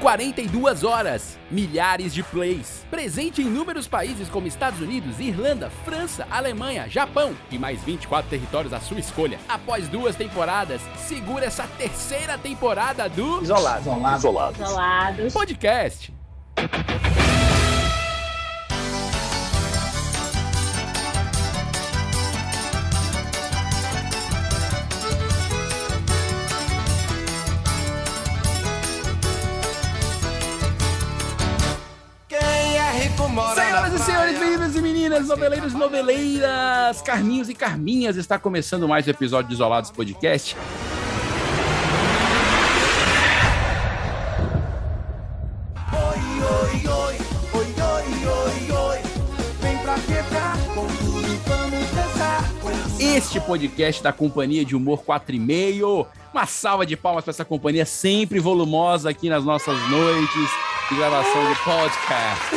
42 horas, milhares de plays. Presente em inúmeros países como Estados Unidos, Irlanda, França, Alemanha, Japão e mais 24 territórios à sua escolha. Após duas temporadas, segura essa terceira temporada do Isolado. Isolado. Isolado. Isolados. podcast. Quem é rico mora Senhoras na e senhores, praia. meninas e meninas, noveleiros e noveleiras, carninhos e carminhas, está começando mais um episódio de Isolados Podcast. Oi, oi, oi, oi, oi, oi. Vem pra quebrar com tudo, vamos dançar. Este podcast da Companhia de Humor 4,5. Uma salva de palmas para essa companhia sempre volumosa aqui nas nossas noites de gravação de podcast.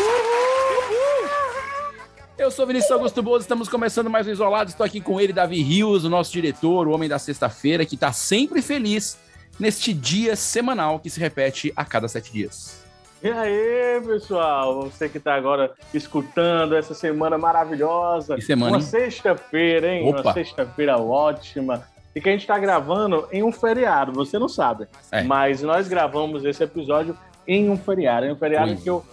Eu sou Vinícius Augusto Bozo, estamos começando mais um Isolado. Estou aqui com ele, Davi Rios, o nosso diretor, o homem da sexta-feira, que está sempre feliz neste dia semanal que se repete a cada sete dias. E aí, pessoal? Você que tá agora escutando essa semana maravilhosa. Que semana, Uma hein? sexta-feira, hein? Opa. Uma sexta-feira ótima. E que a gente tá gravando em um feriado, você não sabe. É. Mas nós gravamos esse episódio em um feriado. Em um feriado Pois. que eu,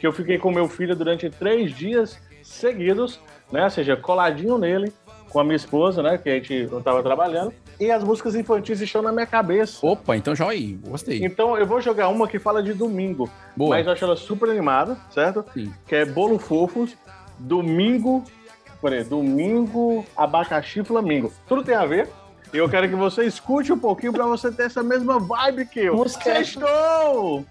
que eu fiquei com meu filho durante três dias seguidos, né? Ou seja, coladinho nele, com a minha esposa, né? Que a gente não tava trabalhando. E as músicas infantis estão na minha cabeça. Opa, então já aí, gostei. Então eu vou jogar uma que fala de domingo. Boa. Mas eu acho ela super animada, certo? Sim. Que é Bolo Fofos, Domingo. Peraí, Domingo, Abacaxi Flamingo. Tudo tem a ver. E eu quero que você escute um pouquinho pra você ter essa mesma vibe que eu. Música. Sextou!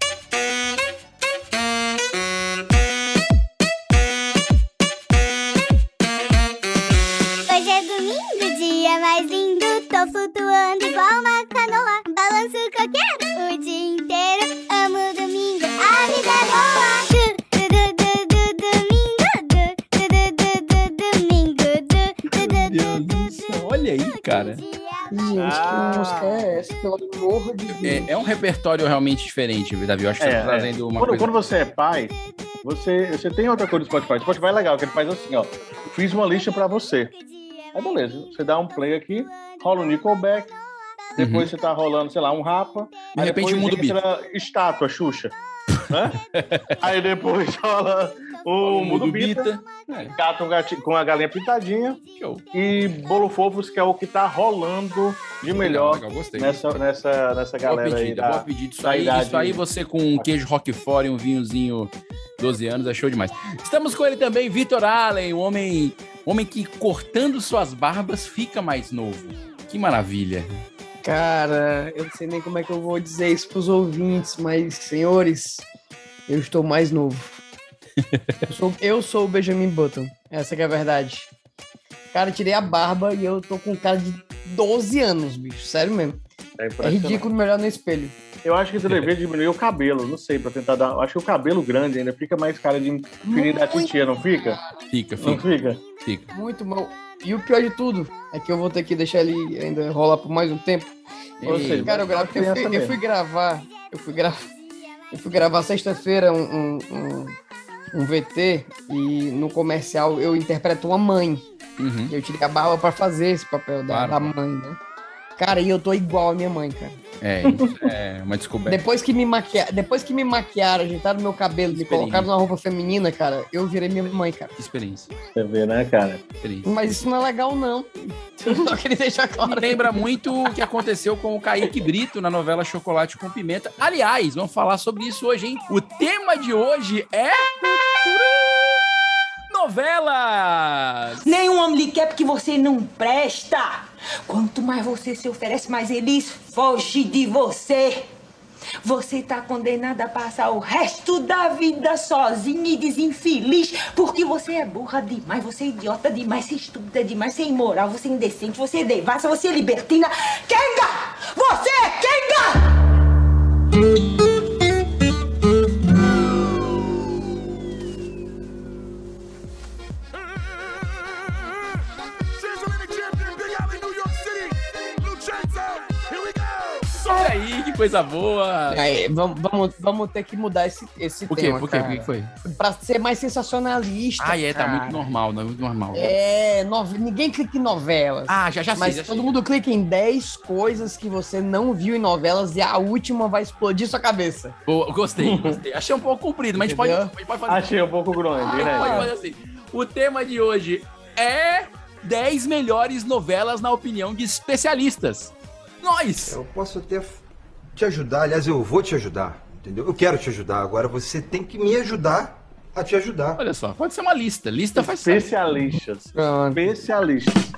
Hoje é domingo, dia mais lindo. Tô flutuando igual uma canoa. Balanço o que eu quero o dia inteiro. Amo domingo, a vida é boa. Du, du, du, du, du, domingo, du, du, du, du, du, domingo, du, du, du, Meu Deus du, do du, céu, Olha aí, du, cara. que dia Gente, Ah. que música é essa? Pelo amor de Deus. É, é um repertório realmente diferente, Davi. Eu acho que você É, tá trazendo uma Quando, coisa. quando você é pai, você, você tem outra coisa do Spotify. Spotify é legal, que ele faz assim, ó. Fiz uma lista pra você. Aí beleza, você dá um play aqui, rola um Nickelback, depois você tá rolando, sei lá, um Rapa. De aí repente, depois muda o beat. entra Estátua, Xuxa. né? aí depois rola o Mundo Bita, né? É, Gato com Gati- com a Galinha Pintadinha show. e Bolo Fofos, que é o que tá rolando de melhor Legal, legal, gostei. nessa, nessa, nessa boa galera aí. pedida, Da... boa pedida. Isso da aí, idade. isso aí você com um queijo roquefort e um vinhozinho 12 anos, é show demais. Estamos com ele também, Vitor Allen, o homem, um homem que cortando suas barbas fica mais novo. Que maravilha. Cara, eu não sei nem como é que eu vou dizer isso pros ouvintes, mas, senhores, eu estou mais novo. Eu sou, eu sou o Benjamin Button. Essa que é a verdade. Cara, eu tirei a barba e eu tô com cara de 12 anos, bicho. Sério mesmo. É É impressionante. ridículo melhor no espelho. Eu acho que tu deveria diminuir o cabelo, não sei, pra tentar dar. Eu acho que o cabelo grande ainda fica mais cara de infinito da titia, não fica? Fica, Não fica, fica? fica. Muito mal. E o pior de tudo é que eu vou ter que deixar ele ainda rolar por mais um tempo. Ou seja, Cara, eu, gravo, eu, criança fui, eu mesmo. fui gravar. Eu fui gravar. Eu fui gravar sexta-feira um, um, um- um VT e no comercial eu interpreto uma mãe. Uhum. E eu tirei a barba pra fazer esse papel da, Claro. da mãe, né? Cara, e eu tô igual a minha mãe, cara. É, isso é uma descoberta. Depois que me maquiaram, depois que me maquiaram, ajeitaram meu cabelo, me Experiência. colocaram numa roupa feminina, cara, eu virei minha mãe, cara. Experiência, Você vê, né, cara? experiência. Mas isso não é legal, não. Eu só queria deixar Me claro. lembra muito o que aconteceu com o Kaique Brito na novela Chocolate com Pimenta. Aliás, vamos falar sobre isso hoje, hein? O tema de hoje é. Novelas! Nenhum homem lhe quer porque você não presta. Quanto mais você se oferece, mais eles fogem de você. Você tá condenada a passar o resto da vida sozinha e desinfeliz porque você é burra demais, você é idiota demais, você é estúpida demais, você é imoral, você é indecente, você é devassa, você é libertina. Kenga! Você é Kenga! Olha aí, que coisa boa. Aí, vamos, vamos, vamos ter que mudar esse, esse Por quê? tema, Por quê? Por cara. que foi? Pra ser mais sensacionalista, Ah, é, tá cara. muito normal, não é muito normal. É, nove- ninguém clica em novelas. Ah, já já sei. Mas já todo sei. mundo clica em 10 coisas que você não viu em novelas e a última vai explodir sua cabeça. Boa, gostei, gostei. Achei um pouco comprido, mas a gente pode, a Entendeu? gente pode fazer. Achei um pouco grande, A gente né? pode fazer assim. O tema de hoje é 10 melhores novelas na opinião de especialistas. Nós! Eu posso até f- te ajudar, aliás, eu vou te ajudar, entendeu? Eu quero te ajudar, agora você tem que me ajudar a te ajudar. Olha só, pode ser uma lista. Lista faz Especialistas. Especialistas.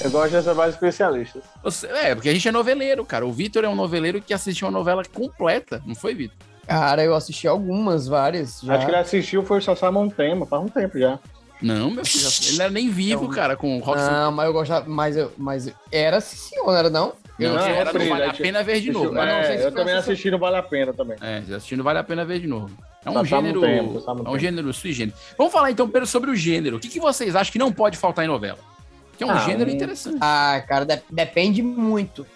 Eu gosto dessa base especialistas. Você- É, porque a gente é noveleiro, cara. O Vitor é um noveleiro que assistiu uma novela completa, não foi, Vitor? Cara, eu assisti algumas, várias já. Acho que ele assistiu foi o Sassá Montema, faz um tempo já. Não, meu filho. já- Ele não era nem vivo, cara, com o Rock Não, mas eu gostava, mas, eu, mas eu- era sim, senhor, não era não? Não, não, não, era Frida, não Vale a deixa- Pena Ver de Assistiu- novo. né? mas não é, sei se eu foi também Sassá- assisti no Vale a Pena também. É, já assistindo Vale a Pena Ver de novo. É um Tá, tá gênero. muito tempo, tá muito é um tempo. gênero sui generis. Vamos falar então primeiro sobre o gênero. O que, que vocês acham que não pode faltar em novela? Que é um Ah, gênero um- interessante. Ah, cara, de- depende muito.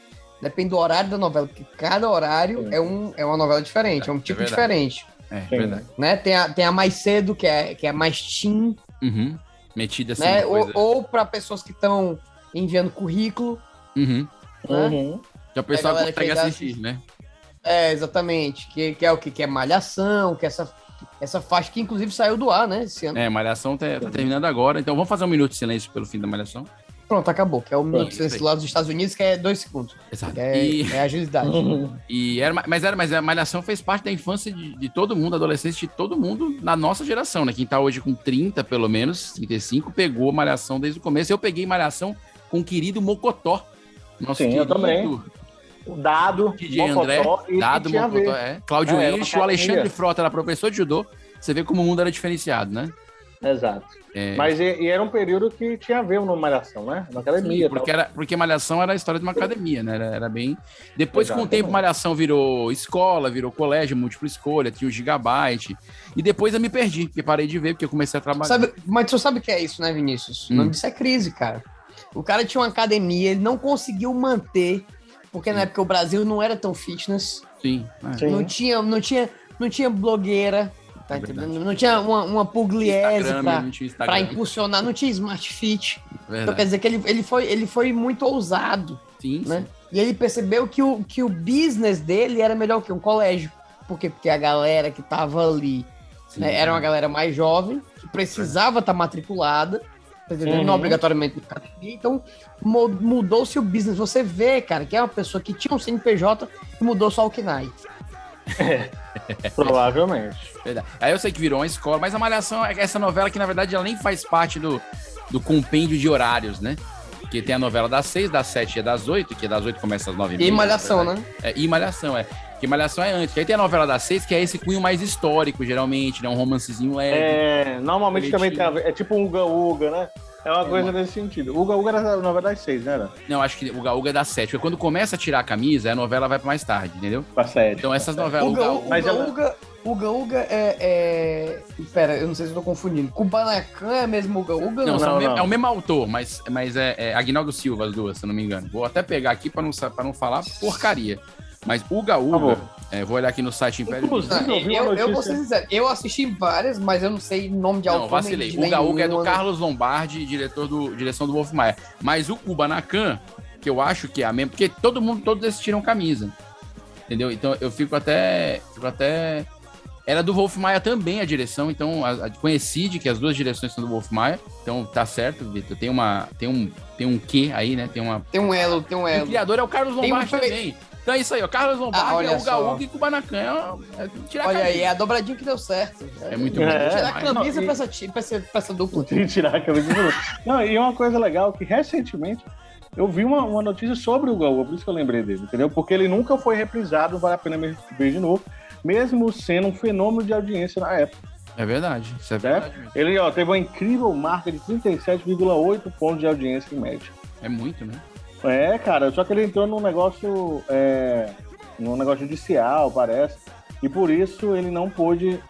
Depende do horário da novela, porque cada horário é, um, é uma novela diferente, é, um tipo verdade. diferente. É, Sim. verdade. Né? Tem, a, tem a mais cedo, que é, que é mais teen, Uhum. Metida assim. né? Ou, coisa- ou para pessoas que estão enviando currículo. Uhum. Né? Uhum. Já o pessoal A galera consegue que já assistir, assim. assiste. né? É, exatamente. Que, que é o que? Que é malhação, que é essa, essa faixa que inclusive saiu do ar, né? Esse ano. É, Malhação tá, tá terminando agora, então vamos fazer um minuto de silêncio pelo fim da Malhação. Pronto, acabou. Que é o minuto isso desse aí. lá dos Estados Unidos, que é dois segundos. Exato. Que é, E, é agilidade. Uhum. e era, ma- mas era, mas a Malhação fez parte da infância de, de todo mundo, adolescência de todo mundo na nossa geração, né? Quem tá hoje com 30, pelo menos, 35, pegou Malhação desde o começo. Eu peguei Malhação com o querido Mocotó. Nosso Sim, eu querido também. O Dado, DJ André, e Dado Tinha a Ver. Mocotó, é. Cláudio É, era uma Enche, o academia. Alexandre Frota era professor de judô. Você vê como o mundo era diferenciado, né? Exato. É. Mas e, e era um período que tinha a ver no Malhação, né? Na academia. Sim, porque, era, porque Malhação era a história de uma academia, né? Era, era bem. Depois, com o tempo, Exatamente. Malhação virou escola, virou colégio, múltipla escolha, tinha o Gigabyte. E depois eu me perdi, porque parei de ver, porque eu comecei a trabalhar. Sabe, mas tu sabe o que é isso, né, Vinícius? O Hum. nome disso é crise, cara. O cara tinha uma academia, ele não conseguiu manter, porque na época o Brasil não era tão fitness, Sim. né? Sim. não tinha, não tinha, não tinha blogueira, tá É entendendo? verdade. Não tinha uma, uma pugliese Instagram, é, tá pra, não tinha Instagram. pra impulsionar, não tinha smart fit. Então quer Verdade. dizer que ele, ele, foi, ele foi muito ousado, Sim, né? sim. E ele percebeu que o, que o business dele era melhor que um colégio. Por quê? Porque a galera que tava ali sim. né, Era uma galera mais jovem, que precisava estar matriculada, tá entendendo? Uhum. não obrigatoriamente na academia. Então, mo- mudou-se o business. Você vê, cara, que é uma pessoa que tinha um CNPJ e mudou só o KNAI. Provavelmente. Verdade. Aí eu sei que virou uma escola, mas a Malhação é essa novela que, na verdade, ela nem faz parte do, do compêndio de horários, né? Porque tem a novela das seis, das sete e é das oito, que das oito começa às nove e E meia, malhação, na né? verdade. É, e Malhação, é. Porque Malhação é antes. Aí tem a novela das seis, que é esse cunho mais histórico, geralmente, né? Um romancezinho leve. É, normalmente também tem a ver. É tipo um Uga-Uga, né? É uma coisa nesse sentido. Uga-Uga era na novela das seis, né? Era? Não, acho que o Gaúga é das sete. Porque quando começa a tirar a camisa, a novela vai pra mais tarde, entendeu? Pra série. Então essas novelas... Uga, o Gaú- mas Uga, ela- Uga, Uga, Uga é, é... Pera, eu não sei se eu tô confundindo. Kubanacan é mesmo Uga Uga? Não, são não, o mesmo- não. é o mesmo autor, mas, mas é, é Agnaldo Silva, as duas, se eu não me engano. Vou até pegar aqui pra não, sa- pra não falar porcaria. Mas Uga Uga, Por é, vou olhar aqui no site Império. Tá Inclusive, Minas. Você ouviu Não, eu, a eu vou notícia? ser sincero, eu assisti várias, mas eu não sei nome de Não, autor. nem vacilei. de né? Uga Uga é do nenhuma. Carlos Lombardi, diretor do direção do Wolf Maia. Mas o Kubanacan, que eu acho que é a mesma, porque todo mundo, todos eles tiram camisa. Entendeu? Então eu fico até. Fico até. Era do Wolf Maia também a direção, então a, a, coincide que as duas direções são do Wolf Maia. Então tá certo, Vitor. Tem uma. Tem um. Tem um quê aí, né? Tem uma Tem um elo, tem um E elo. o criador é o Carlos Tem Lombardi um fe- também. Então é isso aí, ó. Carlos Ah, Lombardi olha é o só. Gaúga e Kubanacan. É, uma- é tirar Olha a aí, camisa. é a dobradinha que deu certo. É muito É. bom. Tirar a demais. camisa Não, e- pra, essa, ti- pra, essa, pra essa dupla. Tem que tirar a camisa de novo. Não, e uma coisa legal que recentemente eu vi uma, uma notícia sobre o Gaúga, por isso que eu lembrei dele, entendeu? Porque ele nunca foi reprisado, vale a pena me- ver de novo, mesmo sendo um fenômeno de audiência na época. É verdade, isso é verdade. mesmo. Ele ó, teve uma incrível marca de 37,8 pontos de audiência em média. É muito, né? É, cara, só que ele entrou num negócio. É, num negócio judicial, parece. E por isso ele não pôde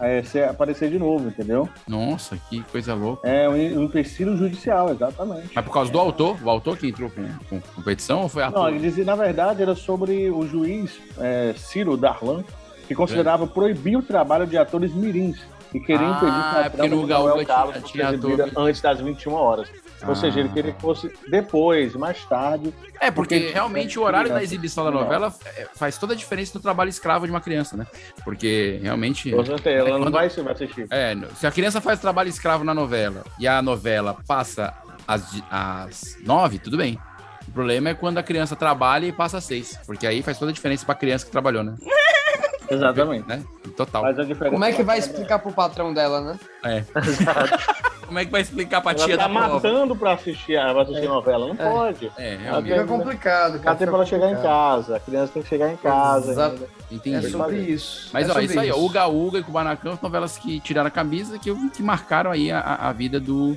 é, se aparecer de novo, entendeu? Nossa, que coisa louca. É um em- um empecilho judicial, exatamente. Mas por causa do autor, o autor que entrou com, com competição ou foi a Não, ele dizia, na verdade, era sobre o juiz é, Ciro Darlan, que considerava proibir o trabalho de atores mirins e queria Ah, impedir que é a porque no do Gaúba Manuel tinha- Carlos fosse tinha ator exibida antes das 21 horas. Ou seja, ele queria que fosse depois, mais tarde. É, porque Porque realmente diferente o horário criança. da exibição da Não. novela é, faz toda a diferença no trabalho escravo de uma criança, né? Porque realmente. Com certeza, ela não É. quando- vai se- vai assistir. É, no- se a criança faz trabalho escravo na novela e a novela passa às, de- às nove, tudo bem. O problema é quando a criança trabalha e passa às seis. Porque aí faz toda a diferença pra criança que trabalhou, né? Exatamente. né? Total. É. Mas a diferença Como é que vai explicar pro patrão dela, né? Como é que vai explicar pra Ela tia tá da prova? matando pra assistir, a- pra assistir novela, não É. pode. É, realmente. Fica complicado, cara. Até pra ela chegar em casa, a criança tem que chegar em casa. né? Exato. ainda. É Entendi. sobre isso. Mas é ó, sobre isso aí, ó, Uga Uga e Kubanacan, novelas que tiraram a camisa que, que marcaram aí a, a vida do,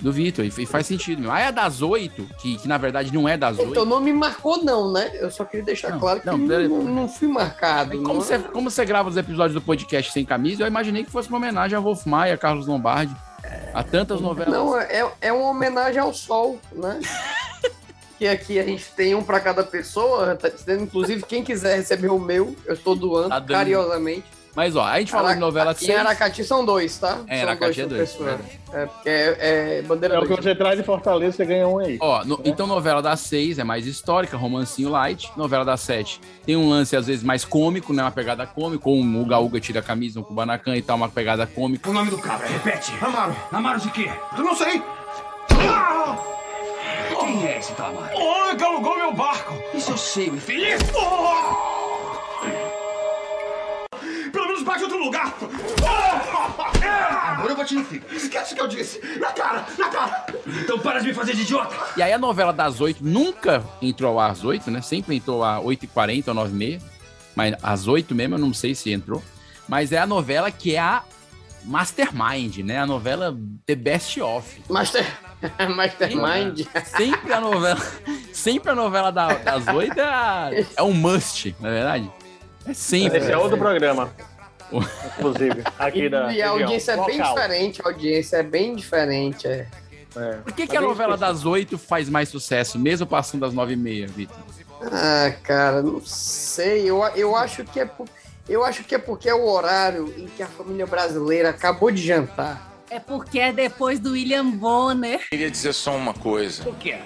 do Vitor. E, e faz sentido mesmo. Aí a das oito, que, que na verdade não é das Então oito. não me marcou, não, né? Eu só queria deixar Não, claro que não, não, pera- não, fui marcado. né? Aí Como não- é. você, como você grava os episódios do podcast sem camisa, eu imaginei que fosse uma homenagem a Wolf Maia, Carlos Lombardi, a tantas novelas. Não, é, é uma homenagem ao sol, né? que aqui a gente tem um pra cada pessoa, tá dizendo, inclusive, quem quiser receber o meu, eu estou doando Tá dando. cariosamente. Mas ó, a gente falou de Araca- novela Em 6. Aracati são dois, tá? É, são Aracati é dois, por pessoa. É, porque é, é bandeira É o que dois. você traz de Fortaleza, você ganha um aí. Ó, no- então novela das seis é mais histórica, romancinho light. Novela das sete tem um lance às vezes mais cômico, né? Uma pegada cômica, ou um Uga Uga tira a camisa, um Kubanacan e tal, uma pegada cômica. O nome do cabra, repete. Amaro. Amaro de quê? Eu não sei. Quem é esse tal Amaro? Oh, alugou meu barco. Isso eu sei, o infeliz. Pelo menos bate em outro lugar. É! Agora eu bati no fio. Esquece o que eu disse. Na cara, na cara. Então para de me fazer de idiota. E aí a novela das oito nunca entrou ao ar às oito, né? Sempre entrou às 8h40 ou 9h30. Mas às oito mesmo, eu não sei se entrou. Mas é a novela que é a Mastermind, né? A novela The Best Of. Master... Mastermind. Sempre a novela, sempre a novela da- das oito é, a- é um must, na verdade. É sempre. Esse é outro programa. O- Inclusive, aqui da. E a região, audiência é bem local. diferente, a audiência é bem diferente. É. É. Por que, que a Tá bem novela específico. das oito faz mais sucesso, mesmo passando das nove e meia, Vitor? Ah, cara, não sei. Eu, eu acho que é por- eu acho que é porque é o horário em que a família brasileira acabou de jantar. É porque é depois do William Bonner. Queria dizer só uma coisa. O que é?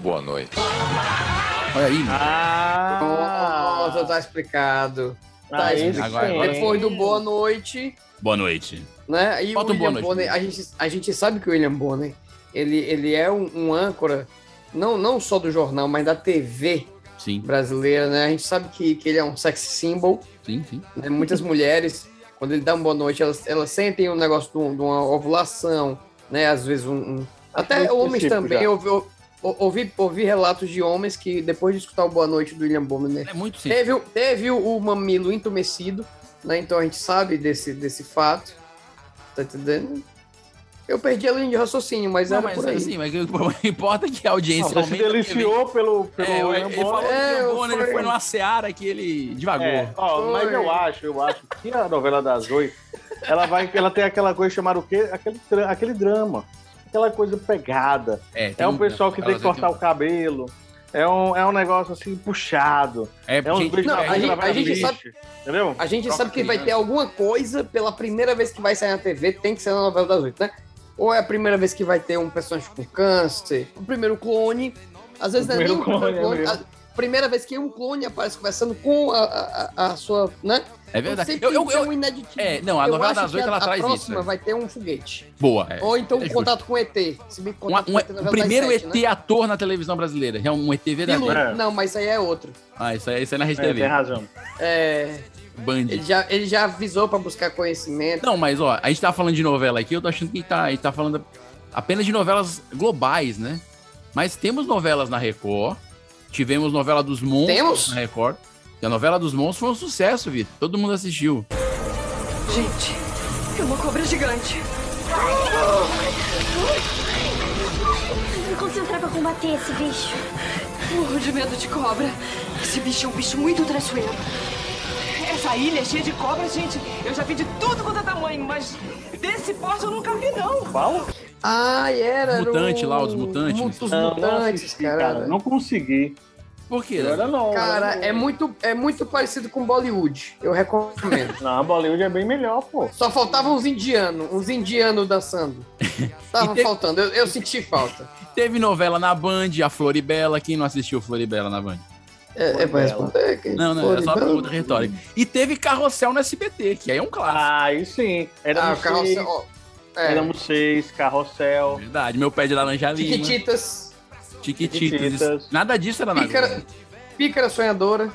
Boa noite. Olha aí, Ah! Nossa, tá explicado. Tá, Ah, esse agora- sim. agora- Depois do boa noite, boa noite. né? E Bota o um boa William noite, Bonner, a gente, a gente sabe que o William Bonner, ele, ele é um, um âncora, não, não só do jornal, mas da TV Sim, brasileira, né? A gente sabe que, que ele é um sex symbol. sim, sim. né? Muitas mulheres, quando ele dá uma boa noite, elas, elas sentem um negócio de, um- de uma ovulação, né? Às vezes um. um- Até muito homens específico também. já. Eu, eu- eu- ouvi, ouvi relatos de homens que, depois de escutar o Boa Noite do William Bonner, É muito sim. teve, o- teve o, o mamilo entumecido, né? Então a gente sabe desse, desse fato. Tá entendendo? Eu perdi a linha de raciocínio, mas Não, era mas assim, por aí. sim, mas o que importa é que a Não, audiência você se deliciou pelo. pelo É, eu- ele William falou Bonner. que É, o eu Bonner ele fui. foi numa seara que ele devagou. É, ó, mas Foi. eu acho, eu acho que a novela das oito, ela vai, ela tem aquela coisa chamada o quê? Aquele, tra- aquele drama, aquela coisa pegada. É um pessoal que tem que cortar o cabelo. É um, é um negócio assim puxado. É, É uns gente- bichos Não, que a gente- trabalham a gente no lixo, Entendeu? A gente Troca sabe que vai criança. ter alguma coisa pela primeira vez que vai sair na TV, tem que ser na novela das oito, né? Ou é a primeira vez que vai ter um personagem com câncer, o primeiro clone. Às vezes O não é nem o primeiro primeiro clone, clone. é a primeira vez que um clone aparece conversando com a, a- a- a sua. né? É verdade. Sempre Eu, eu, tem eu- um ineditismo. é, não, a Eu novela acho das que oito a- ela a traz isso, próxima é. vai ter um foguete. boa. é. Ou então É um justo. contato com ET. Se bem que Uma- contato um- com ET na novela o primeiro das ET sete, né? ator na televisão brasileira. É um ET verdadeiro. Pilu. É. Não, mas isso aí é outro. Ah, isso aí, isso aí na Rede É, TV. tem razão. É, Band. ele, já, ele já avisou pra buscar conhecimento. Não, mas ó, a gente tá falando de novela aqui, eu tô achando que a gente tá, a gente tá falando apenas de novelas globais, né? Mas temos novelas na Record, tivemos novela dos monstros Temos? na Record. E a novela dos monstros foi um sucesso, Vitor. Todo mundo assistiu. Gente, é uma cobra gigante. Me concentrar pra combater esse bicho. Morro de medo de cobra. Esse bicho é um bicho muito traiçoeiro. É essa ilha cheia de cobras, gente, eu já vi de tudo quanto é tamanho, mas desse porte eu nunca vi, não. Qual? Ah, era. era Mutante o- lá, os mutantes. Mu- Os Não, não mutantes, assisti, cara. cara. Não consegui. Por quê? né? Eu era não. Cara, eu- é muito, é muito parecido com Bollywood. Eu recomendo. Não, Bollywood é bem melhor, pô. Só faltavam uns indianos, uns indianos dançando. Tava E te- faltando, eu, eu senti falta. Teve novela na Band, a Floribela. Quem não assistiu Floribela na Band? É, é pra responder? que- Não, não, era só Floribela? pergunta retórica. E teve Carrossel no SBT, que aí é um clássico. Ah, aí sim. Ah, Éramos o carro. seis, ó, é, éramos seis, carrossel. é Verdade, meu pé de laranja lima, Chiquititas, Tiquititas. Chiquititas. Nada disso era na Pícara, Globo. Pícara Sonhadora.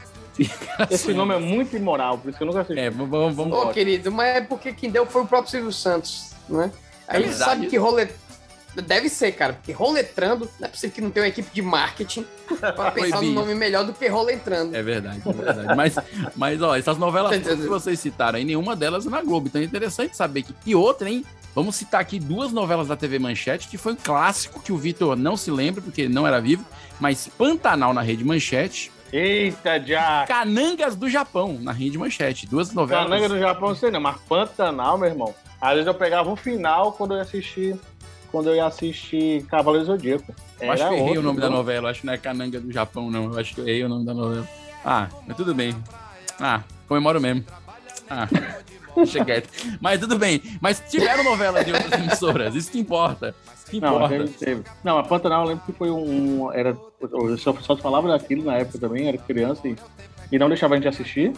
Esse nome é muito imoral, por isso que eu nunca assisti. É, vamos, vamos, vamos Ô, embora. querido, mas é porque quem deu foi o próprio Silvio Santos, né? A gente verdade. sabe que rolet... Deve ser, cara, porque roletrando, não é possível que não tenha uma equipe de marketing pra pensar Proibir. num nome melhor do que roletrando. É verdade, é verdade. Mas, mas, ó, essas novelas Tá todas que entendendo? vocês citaram aí, nenhuma delas é na Globo. Então é interessante saber que. E outra, hein? Vamos citar aqui duas novelas da TV Manchete, que foi um clássico que o Vitor não se lembra, porque ele não era vivo, mas Pantanal na Rede Manchete, Eita, já. Canangas do Japão na Rede Manchete. Duas novelas. Cananga do Japão, não sei não, mas Pantanal, meu irmão. Às vezes eu pegava o final quando eu ia assistir. Quando eu ia assistir Cavaleiro Zodíaco. Eu acho que Era eu errei outro, é o nome da não. novela. eu Acho que não é Cananga do Japão, não. Eu acho que eu errei o nome da novela. Ah, mas tudo bem. Ah, comemoro mesmo. Ah, deixa quieto. Mas tudo bem. Mas tiveram novela de outras emissoras. Isso que importa. Isso que Não, importa. teve, teve. Não, a Pantanal eu lembro que foi um. Era, eu só, só falava daquilo na época também, era criança e, e não deixava a gente assistir,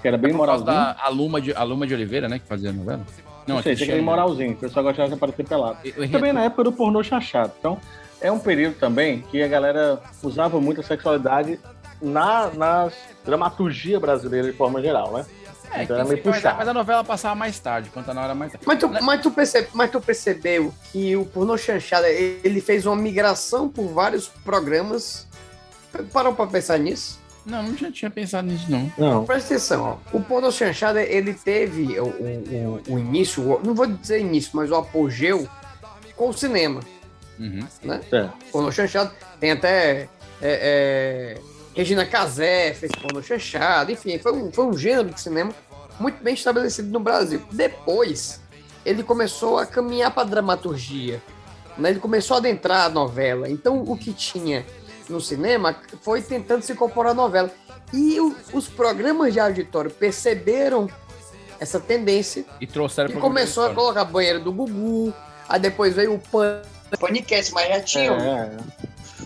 que era bem Por causa moralzinho. da Aluma de, Aluma de Oliveira, né? Que fazia a novela. Não, sei, tinha Cristiane, aquele né? moralzinho, o pessoal gostava de aparecer pelado. Eu- eu- Também na época do pornô chachado. Então, é um período também que a galera usava muito a sexualidade na, nas dramaturgia brasileira de forma geral, né? É, então era que- meio mas, puxado. mas a novela passava mais tarde, Pantanal era mais tarde. Mas tu, mas, tu percebe, mas tu percebeu que o Pornô Chanchada, ele fez uma migração por vários programas. Parou pra pensar nisso? Não, não tinha, tinha pensado nisso, não. Não. Presta atenção, ó. O Pornô Chanchada, ele teve o, o- o- o início, o- não vou dizer início, mas o apogeu com o cinema. Uhum. É. Pornô Chanchada tem até é, é, Regina Casé fez Pornô Chanchada, enfim, foi um, foi um gênero de cinema muito bem estabelecido no Brasil. Depois, ele começou a caminhar para dramaturgia, né? ele começou a adentrar a novela. Então, o que tinha no cinema foi tentando se incorporar à novela. E o- os programas de auditório perceberam essa tendência E trouxeram e pro começou a Globo colocar banheiro do Gugu, aí depois veio o Pan. Panicast, mas já É, tinha um é.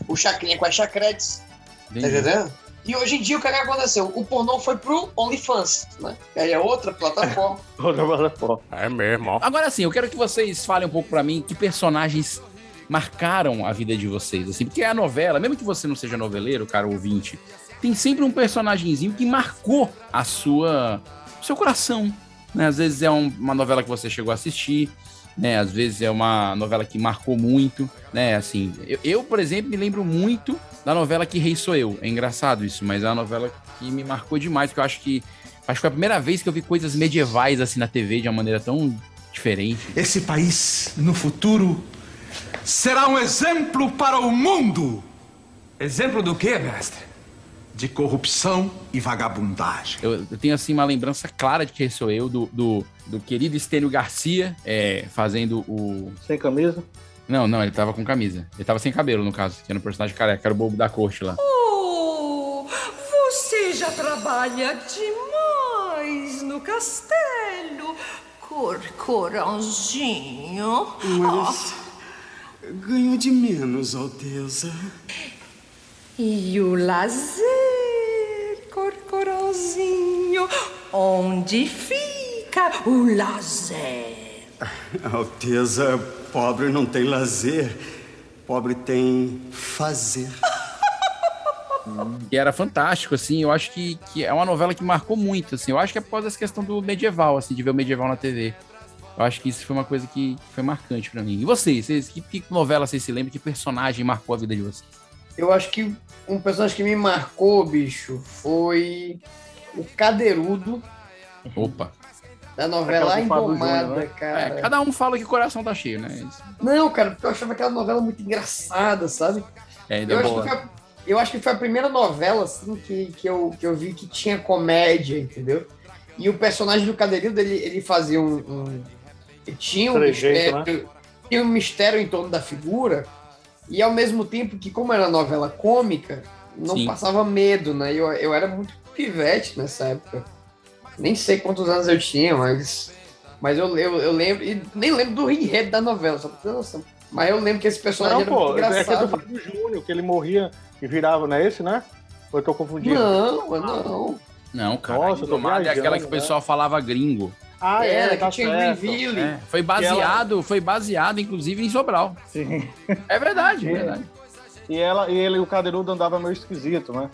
o Chacrinha com a Chacretes, de tá História. Entendi. entendendo? E hoje em dia o que, é que aconteceu? O pornô foi pro OnlyFans, né? Que aí é outra plataforma. Outra plataforma. É mesmo. Agora sim, eu quero que vocês falem um pouco pra mim que personagens marcaram a vida de vocês, assim, porque a novela, mesmo que você não seja noveleiro, cara ouvinte, tem sempre um personagemzinho que marcou a sua o seu coração, né? Às vezes é um- uma novela que você chegou a assistir, né? Às vezes é uma novela que marcou muito, né? Assim, eu, eu, por exemplo, me lembro muito da novela Que Rei Sou Eu. É engraçado isso, mas é uma novela que me marcou demais, porque eu acho que Acho que foi a primeira vez que eu vi coisas medievais assim na TV de uma maneira tão diferente. Esse país, no futuro, será um exemplo para o mundo. Exemplo do quê, mestre? De corrupção e vagabundagem. Eu, eu tenho assim uma lembrança clara de quem sou eu, do, do, do querido Estênio Garcia é, fazendo o. Sem camisa. Não, não, ele tava com camisa. Ele tava sem cabelo, no caso, que era um personagem careca, era o bobo da corte lá. Oh, você já trabalha demais no castelo, cor corãozinho. Mas ganho de menos, Alteza. E o lazer, corcorãozinho, onde fica o lazer? Alteza, pobre não tem lazer. Pobre tem fazer. E era fantástico, assim. Eu acho que, que é uma novela que marcou muito, assim. Eu acho que é por causa dessa questão do medieval, assim, de ver o medieval na TV. Eu acho que isso foi uma coisa que foi marcante pra mim. E vocês, vocês que, que novela vocês se lembram? Que personagem marcou a vida de vocês? Eu acho que um personagem que me marcou, bicho, foi o Cadeirudo Opa! da Aquela novela com o Fábio Engomada, Júnior, né? cara. É, cada um fala que o coração tá cheio, né? Isso. Não, cara, porque eu achava aquela novela muito engraçada, sabe? É, ainda Eu acho, boa. que foi, a- eu acho que foi a primeira novela, assim, que, que, eu, que eu vi que tinha comédia, entendeu? E o personagem do Cadeirudo, ele, ele fazia um. um- tinha um Trejeito, né? mistério, tinha um mistério em torno da figura, e ao mesmo tempo que, como era novela cômica, não Sim. passava medo, né? Eu, eu era muito pivete nessa época. Nem sei quantos anos eu tinha, mas. Mas eu, eu, eu lembro. E nem lembro do enredo da novela, só pra ter noção. Mas eu lembro que esse personagem Não, era pô, muito é que é do engraçado. Fábio Júnior, que ele morria e virava, não é esse, né? Ou eu tô confundindo? Não, não. Não, cara. Nossa, eu tô Tomada é viajando, aquela que o né? pessoal falava gringo. Ah, é, Era, tá que tinha certo. Greenville. É, foi baseado, foi baseado, inclusive, em Sobral. Sim. É verdade, é É. verdade. E, ela, e ele, o Cadeirudo andava meio esquisito, né?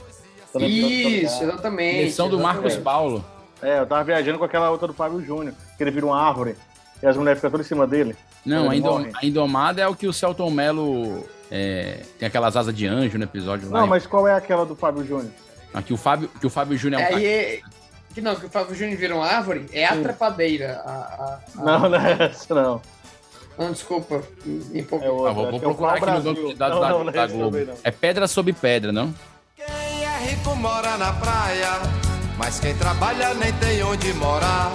Tô lembrando que eu Isso, tava- exatamente. Direção do Marcos exatamente. Paulo. É, eu tava viajando com aquela outra do Fábio Júnior, que ele vira uma árvore e as mulheres ficam todas em cima dele. Não, Ele a, indom- morre. a Indomada é o que o Celton Mello é, tem aquelas asas de anjo no episódio lá. Não, mas qual é aquela do Fábio Júnior? Aqui o Fábio, que o Fábio Júnior é um Aí é- que não, que o Fábio Júnior virou uma árvore, é a trapadeira. A, a- a- Não, não é essa, não. Não, desculpa. Em, em pouco... É outra. Ah, vou, vou que é o procurar aqui Pau no banco de Brasil. dados Não, da, não, não é da esse Globo. também, não. É pedra sobre pedra, não? Quem é rico mora na praia, mas quem trabalha nem tem onde morar.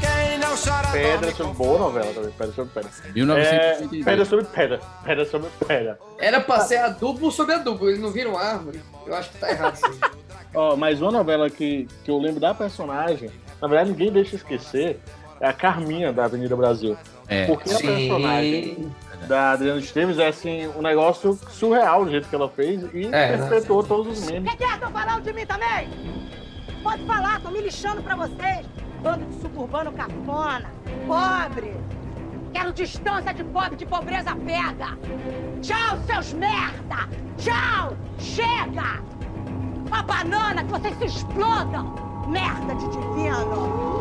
Quem não chora Pedra dorme sobre boa novela também, Pedra sobre Pedra. É, 1982. pedra sobre pedra, pedra sobre pedra. Era pra ser adubo sobre adubo, ele não vira uma árvore. Eu acho que tá errado. isso aí. Ó, mas uma novela que, que eu lembro da personagem, na verdade ninguém deixa esquecer, é a Carminha da Avenida Brasil. É, Porque a Sim. personagem da Adriana Esteves é assim, um negócio surreal do jeito que ela fez e É, respeitou todos os memes. Quer que é? Estão falando de mim também? Pode falar, tô me lixando pra vocês. Bando de suburbano cafona, pobre. Quero distância de pobre, de pobreza pega. Tchau, seus merda! Tchau! Chega! Uma banana que vocês se explodam! Merda de divino!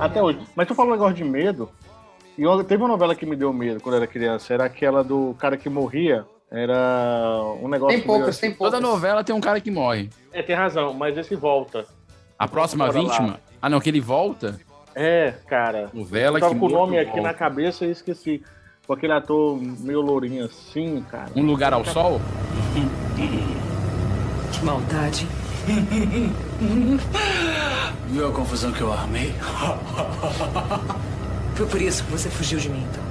Até hoje. Mas tu falou um negócio de medo. E eu- teve uma novela que me deu medo quando eu era criança. Era aquela do cara que morria. Era um negócio. Tem poucas, meio- tem poucas. Toda novela tem um cara que morre. É, tem razão, mas esse volta. A próxima Bora lá. vítima. Ah, não, que ele volta. É, cara. Novela Eu tava que Tá com o morre, nome aqui volta. na cabeça e esqueci. Com aquele ator meio lourinho assim, cara. Um lugar ao sol? Que maldade. Viu a confusão que eu armei? Foi por isso que você fugiu de mim, então.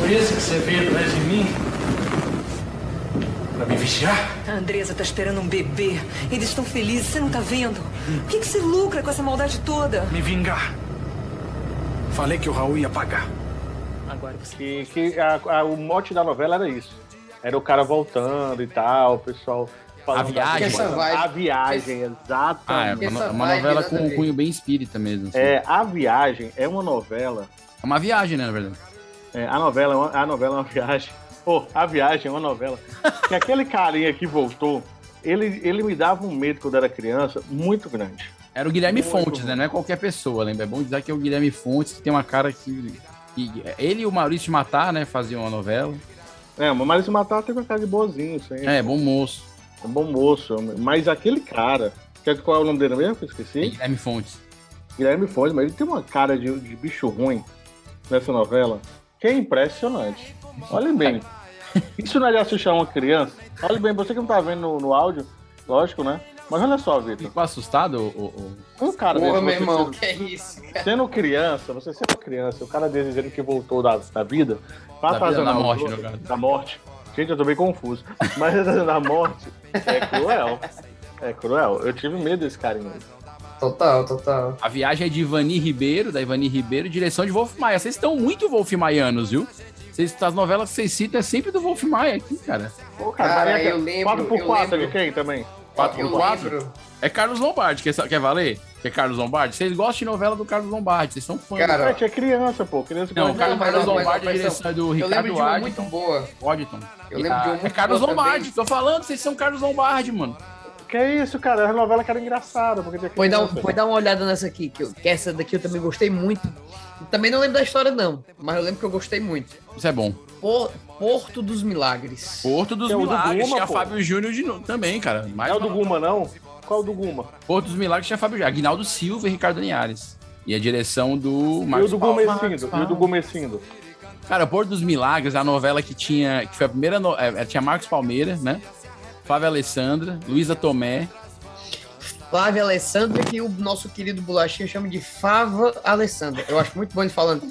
Por isso que você veio atrás de mim? Pra me vigiar? A Andresa tá esperando um bebê. Eles estão felizes, você não tá vendo? Por que, que você lucra com essa maldade toda? Me vingar? Falei que o Raul ia pagar. Agora você. Que, que a- a- o mote da novela era isso. Era o cara voltando e tal, o pessoal. falando A viagem. da- Essa vibe. A viagem, exatamente. Ah, é Essa uma, uma vibe, novela nada com a um ver. cunho bem espírita mesmo. assim. É, a viagem é uma novela É uma viagem, né, na verdade? É, a novela, é uma- a novela é uma viagem. Pô, a viagem é uma novela. Que aquele carinha que voltou, ele, ele me dava um medo quando era criança, muito grande. Era o Guilherme Muito Fontes, bom. né? Não é qualquer pessoa, lembra? É bom dizer que é o Guilherme Fontes, que tem uma cara que. que ele e o Maurício de Matar, né? Faziam uma novela. É, mas Maurício Matar teve uma cara de boazinho, assim, É, bom moço. um bom moço. Mas aquele cara, que é- qual é o nome dele mesmo? que eu É Esqueci. Guilherme Fontes. Guilherme Fontes, mas ele tem uma cara de, de bicho ruim nessa novela, que é impressionante. Olhem bem. Isso não é de assistir a uma criança. Olha bem, você que não tá vendo no, no áudio, lógico, né? Mas olha só, Vitor. Ficou assustado, ô, ô, ô? Um cara Porra, desse, meu você irmão, sendo- que é isso? cara? Sendo criança, você sendo criança, o cara desejando que voltou da, da vida, Da pra trazer vida, da na morte, outra- no caso. da morte. Gente, eu tô bem confuso. Mas na morte é cruel. É cruel. Eu tive medo desse carinha. Total, total. A viagem é de Ivani Ribeiro, da Ivani Ribeiro, direção de Wolf Maia. Vocês estão muito Wolf Maianos, viu? Vocês, as novelas que vocês citam é sempre do Wolf Maia aqui, cara. Pô, é Cara, Maria- eu lembro, eu 4x4 lembro. é de quem também? Quatro eu por quatro? lembro. É Carlos Lombardi, quer, sa- quer valer? Que é Carlos Lombardi? Vocês gostam de novela do Carlos Lombardi, vocês são fãs. Cara, Gente, é criança, pô. Criança não, pode- Carlos, mas Carlos não, mas Lombardi, não, a mas direção é do eu lembro Ricardo de uma Ard- muito boa. Waddington. Eu lembro de uma Ah, É muito Carlos boa Lombardi, também. tô falando, vocês são Carlos Lombardi, mano. Que isso, cara? A novela que era engraçada. Porque tinha Foi dar, um- criança. foi dar uma olhada nessa aqui, que, eu- que essa daqui eu também gostei muito. Também não lembro da história, não, mas eu lembro que eu gostei muito. Isso é bom. Por- Porto dos Milagres. Porto dos Tem o do Milagres, Guma, tinha pô. Fábio Júnior de novo também, cara. Mais É o do uma- Guma, não? Qual é o do Guma? Porto dos Milagres tinha Fábio Júnior. Aguinaldo Silva e Ricardo Linhares. E a direção do E o Marcos do Paulo. Gomecindo. E o do Gomecindo. Cara, Porto dos Milagres, a novela que tinha. Que foi a primeira. No... é, é, tinha Marcos Palmeira, né? Flávia Alessandra, Luísa Tomé. Flávia Alessandra, que o nosso querido Bolachinha chama de Fava Alessandra. Eu acho muito bom ele falando.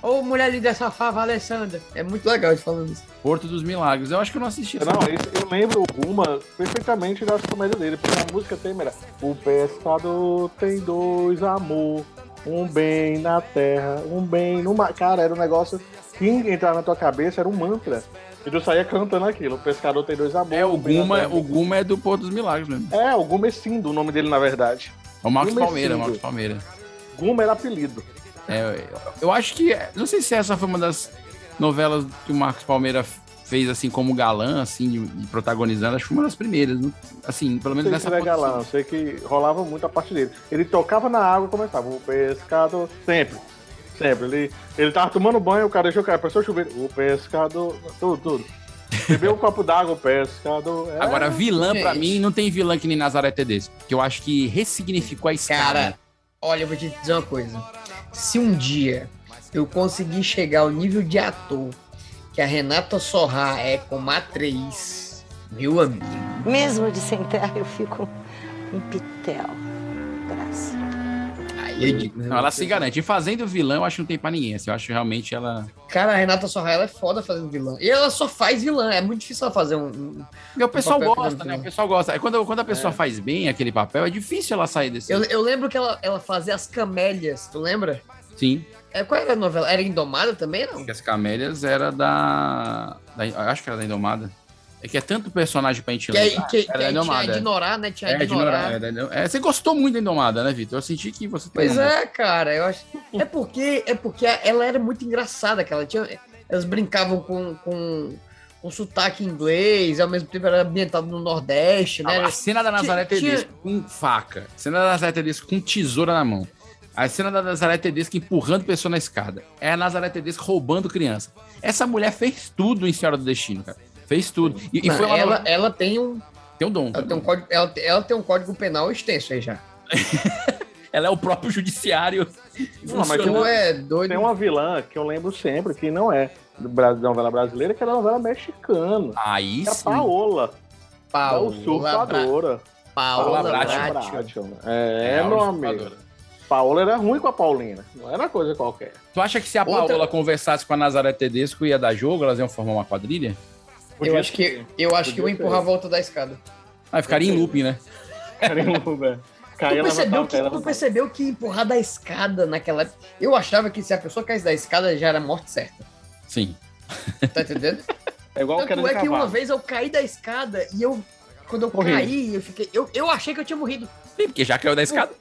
Ô, mulher linda, essa Fava Alessandra. É muito legal ele falando isso. Porto dos Milagres. Eu acho que eu não assisti. Não, isso, eu lembro uma perfeitamente das comédias dele, porque a música tem, melhor. O pescador tem dois amor, um bem na terra, um bem no mar. Cara, era um negócio que entrava na tua cabeça, era um mantra. E tu saía cantando aquilo. O pescador tem dois um amores. É, o Guma, o Guma é do Porto dos Milagres mesmo. É, o Gumecindo, o nome dele, na verdade. É o Marcos Palmeira, Marcos Palmeira. Guma era apelido. É, eu, eu acho que. Não sei se essa foi uma das novelas que o Marcos Palmeira fez assim como galã, assim, de, de protagonizando, acho que foi uma das primeiras, né? assim, pelo menos sei nessa que era galã, eu sei que rolava muito a parte dele. Ele tocava na água e começava, o pescador sempre, Sempre. Ele, ele tava tomando banho, o cara deixou o cara, passou chover. O pescador. Tudo, tudo. Bebeu um copo d'água, o pescador. É... Agora, vilã Gente. pra mim, não tem vilã que nem Nazaré Tedesco. Que eu acho que ressignificou a escala. Cara, olha, eu vou te dizer uma coisa. Se um dia eu conseguir chegar ao nível de ator que a Renata Sorra é como atriz, meu amigo. Mesmo de sem terra, eu fico em pitel. Graças. Não, ela se garante. E fazendo vilão, eu acho que não tem pra ninguém. Assim, eu acho que realmente ela. Cara, a Renata Sorra, ela é foda fazendo vilã. E ela só faz vilã. É muito difícil ela fazer um. um e o pessoal um gosta, né? O pessoal gosta. Quando, quando a pessoa é. faz bem aquele papel, é difícil ela sair desse. Eu, eu lembro que ela, ela fazia as camélias, tu lembra? Sim. É, qual era a novela? Era Indomada também, não? As camélias era da. da acho que era da Indomada. É que é tanto personagem pra gente que é ler. Que, que, era que tinha a ignorar, né? Tinha a é, ignorar. ignorar. É, você gostou muito da Indomada, né, Vitor? Eu senti que você... Pois é, é, cara. Eu acho... é, porque, é porque ela era muito engraçada, cara. Ela tinha... Elas brincavam com, com, com sotaque inglês, ao mesmo tempo era ambientado no Nordeste, né? A cena da Nazaré tinha... Tedesco com faca. A cena da Nazaré Tedesco com tesoura na mão. A cena da Nazaré Tedesco empurrando pessoa na escada. É a Nazaré Tedesco roubando criança. Essa mulher fez tudo em Senhora do Destino, cara fez tudo. E, Não, e ela, ela, ela, tem um. Tem um dom. Ela tem um, código, ela, ela tem um código penal extenso aí já. ela é o próprio judiciário. Não, mas não é doido. Tem uma vilã que eu lembro sempre, que não é da novela brasileira, que era é novela mexicana. Aí é sim. A Paola. é Paola. tá Usurpadora. Paola, Paola Bratio. Bratio. É, é meu amigo. Paola era ruim com a Paulina. Não era coisa qualquer. Tu acha que se a Paola Outra... conversasse com a Nazaré Tedesco ia dar jogo? Elas iam formar uma quadrilha? Podia eu acho que eu acho que eu empurrar a volta da escada. Ah, ficaria em looping, né? Ficaria em looping, é. Tu percebeu, que, tu percebeu que empurrar da escada naquela época. Eu achava que se a pessoa caísse da escada já era morte certa. Sim. Tá entendendo? É igual Tanto o é que uma vez eu caí da escada e eu. Quando eu Corrido. caí, eu fiquei. Eu, eu achei que eu tinha morrido. Sim, porque já caiu da escada.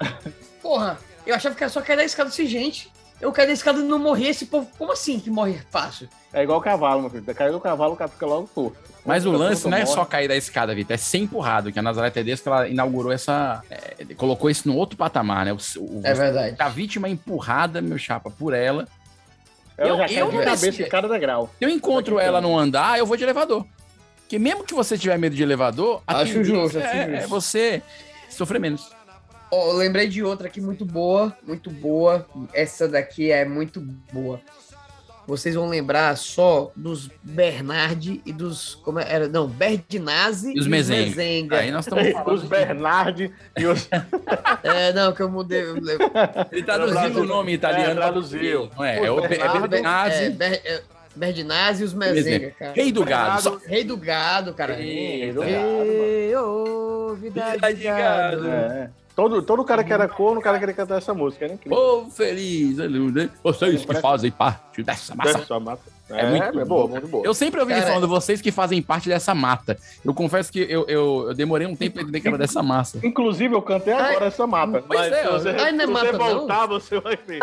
Porra, eu achava que era só cair da escada assim, gente. Eu caí da escada e não morri. Esse povo, como assim que morre fácil? É igual o cavalo, meu filho. Caiu do cavalo, o cara fica logo torto. Mas o lance não é só cair da escada, Vitor, é ser empurrado, que a Nazaré Tedesco ela inaugurou essa. É, colocou isso no outro patamar, né? O, o, é verdade. A vítima empurrada, meu chapa, por ela. Ela eu, já caiu de cabeça e cara da grau. Se eu encontro ela no andar, eu vou de elevador. Porque mesmo que você tiver medo de elevador, acho justo, é, acho justo. é você sofrer menos. Oh, eu lembrei de outra aqui muito boa, muito boa. Essa daqui é muito boa vocês vão lembrar só dos Bernard e dos. Como é, era? Não, Berdinazzi e os Mezenga. Mezenga. Aí nós estamos falando. os Bernard e os. é, não, que eu mudei. Eu... Ele traduziu o nome italiano. É, traduziu. Não é, é, o Bernard, Bernazzi. É, Ber, é, Berdinazzi e os Mezenga, cara. Rei do gado. Só... Rei do gado, cara. Rei do gado. Rei, oh, vida, vida de gado. gado. É. Todo, todo cara que era corno, o cara queria cantar essa música, era incrível. Povo oh, feliz, né? vocês que fazem parte dessa massa. Dessa mata. É, é, muito, é boa, muito boa. Eu sempre ouvi cara, falando, vocês que fazem parte dessa mata. Eu confesso que eu, eu, eu demorei um tempo pra entender que era dessa massa. Inclusive, eu cantei agora Ai, essa mata. Pois mas é, você, não é se mata, você voltar, não. você vai ver.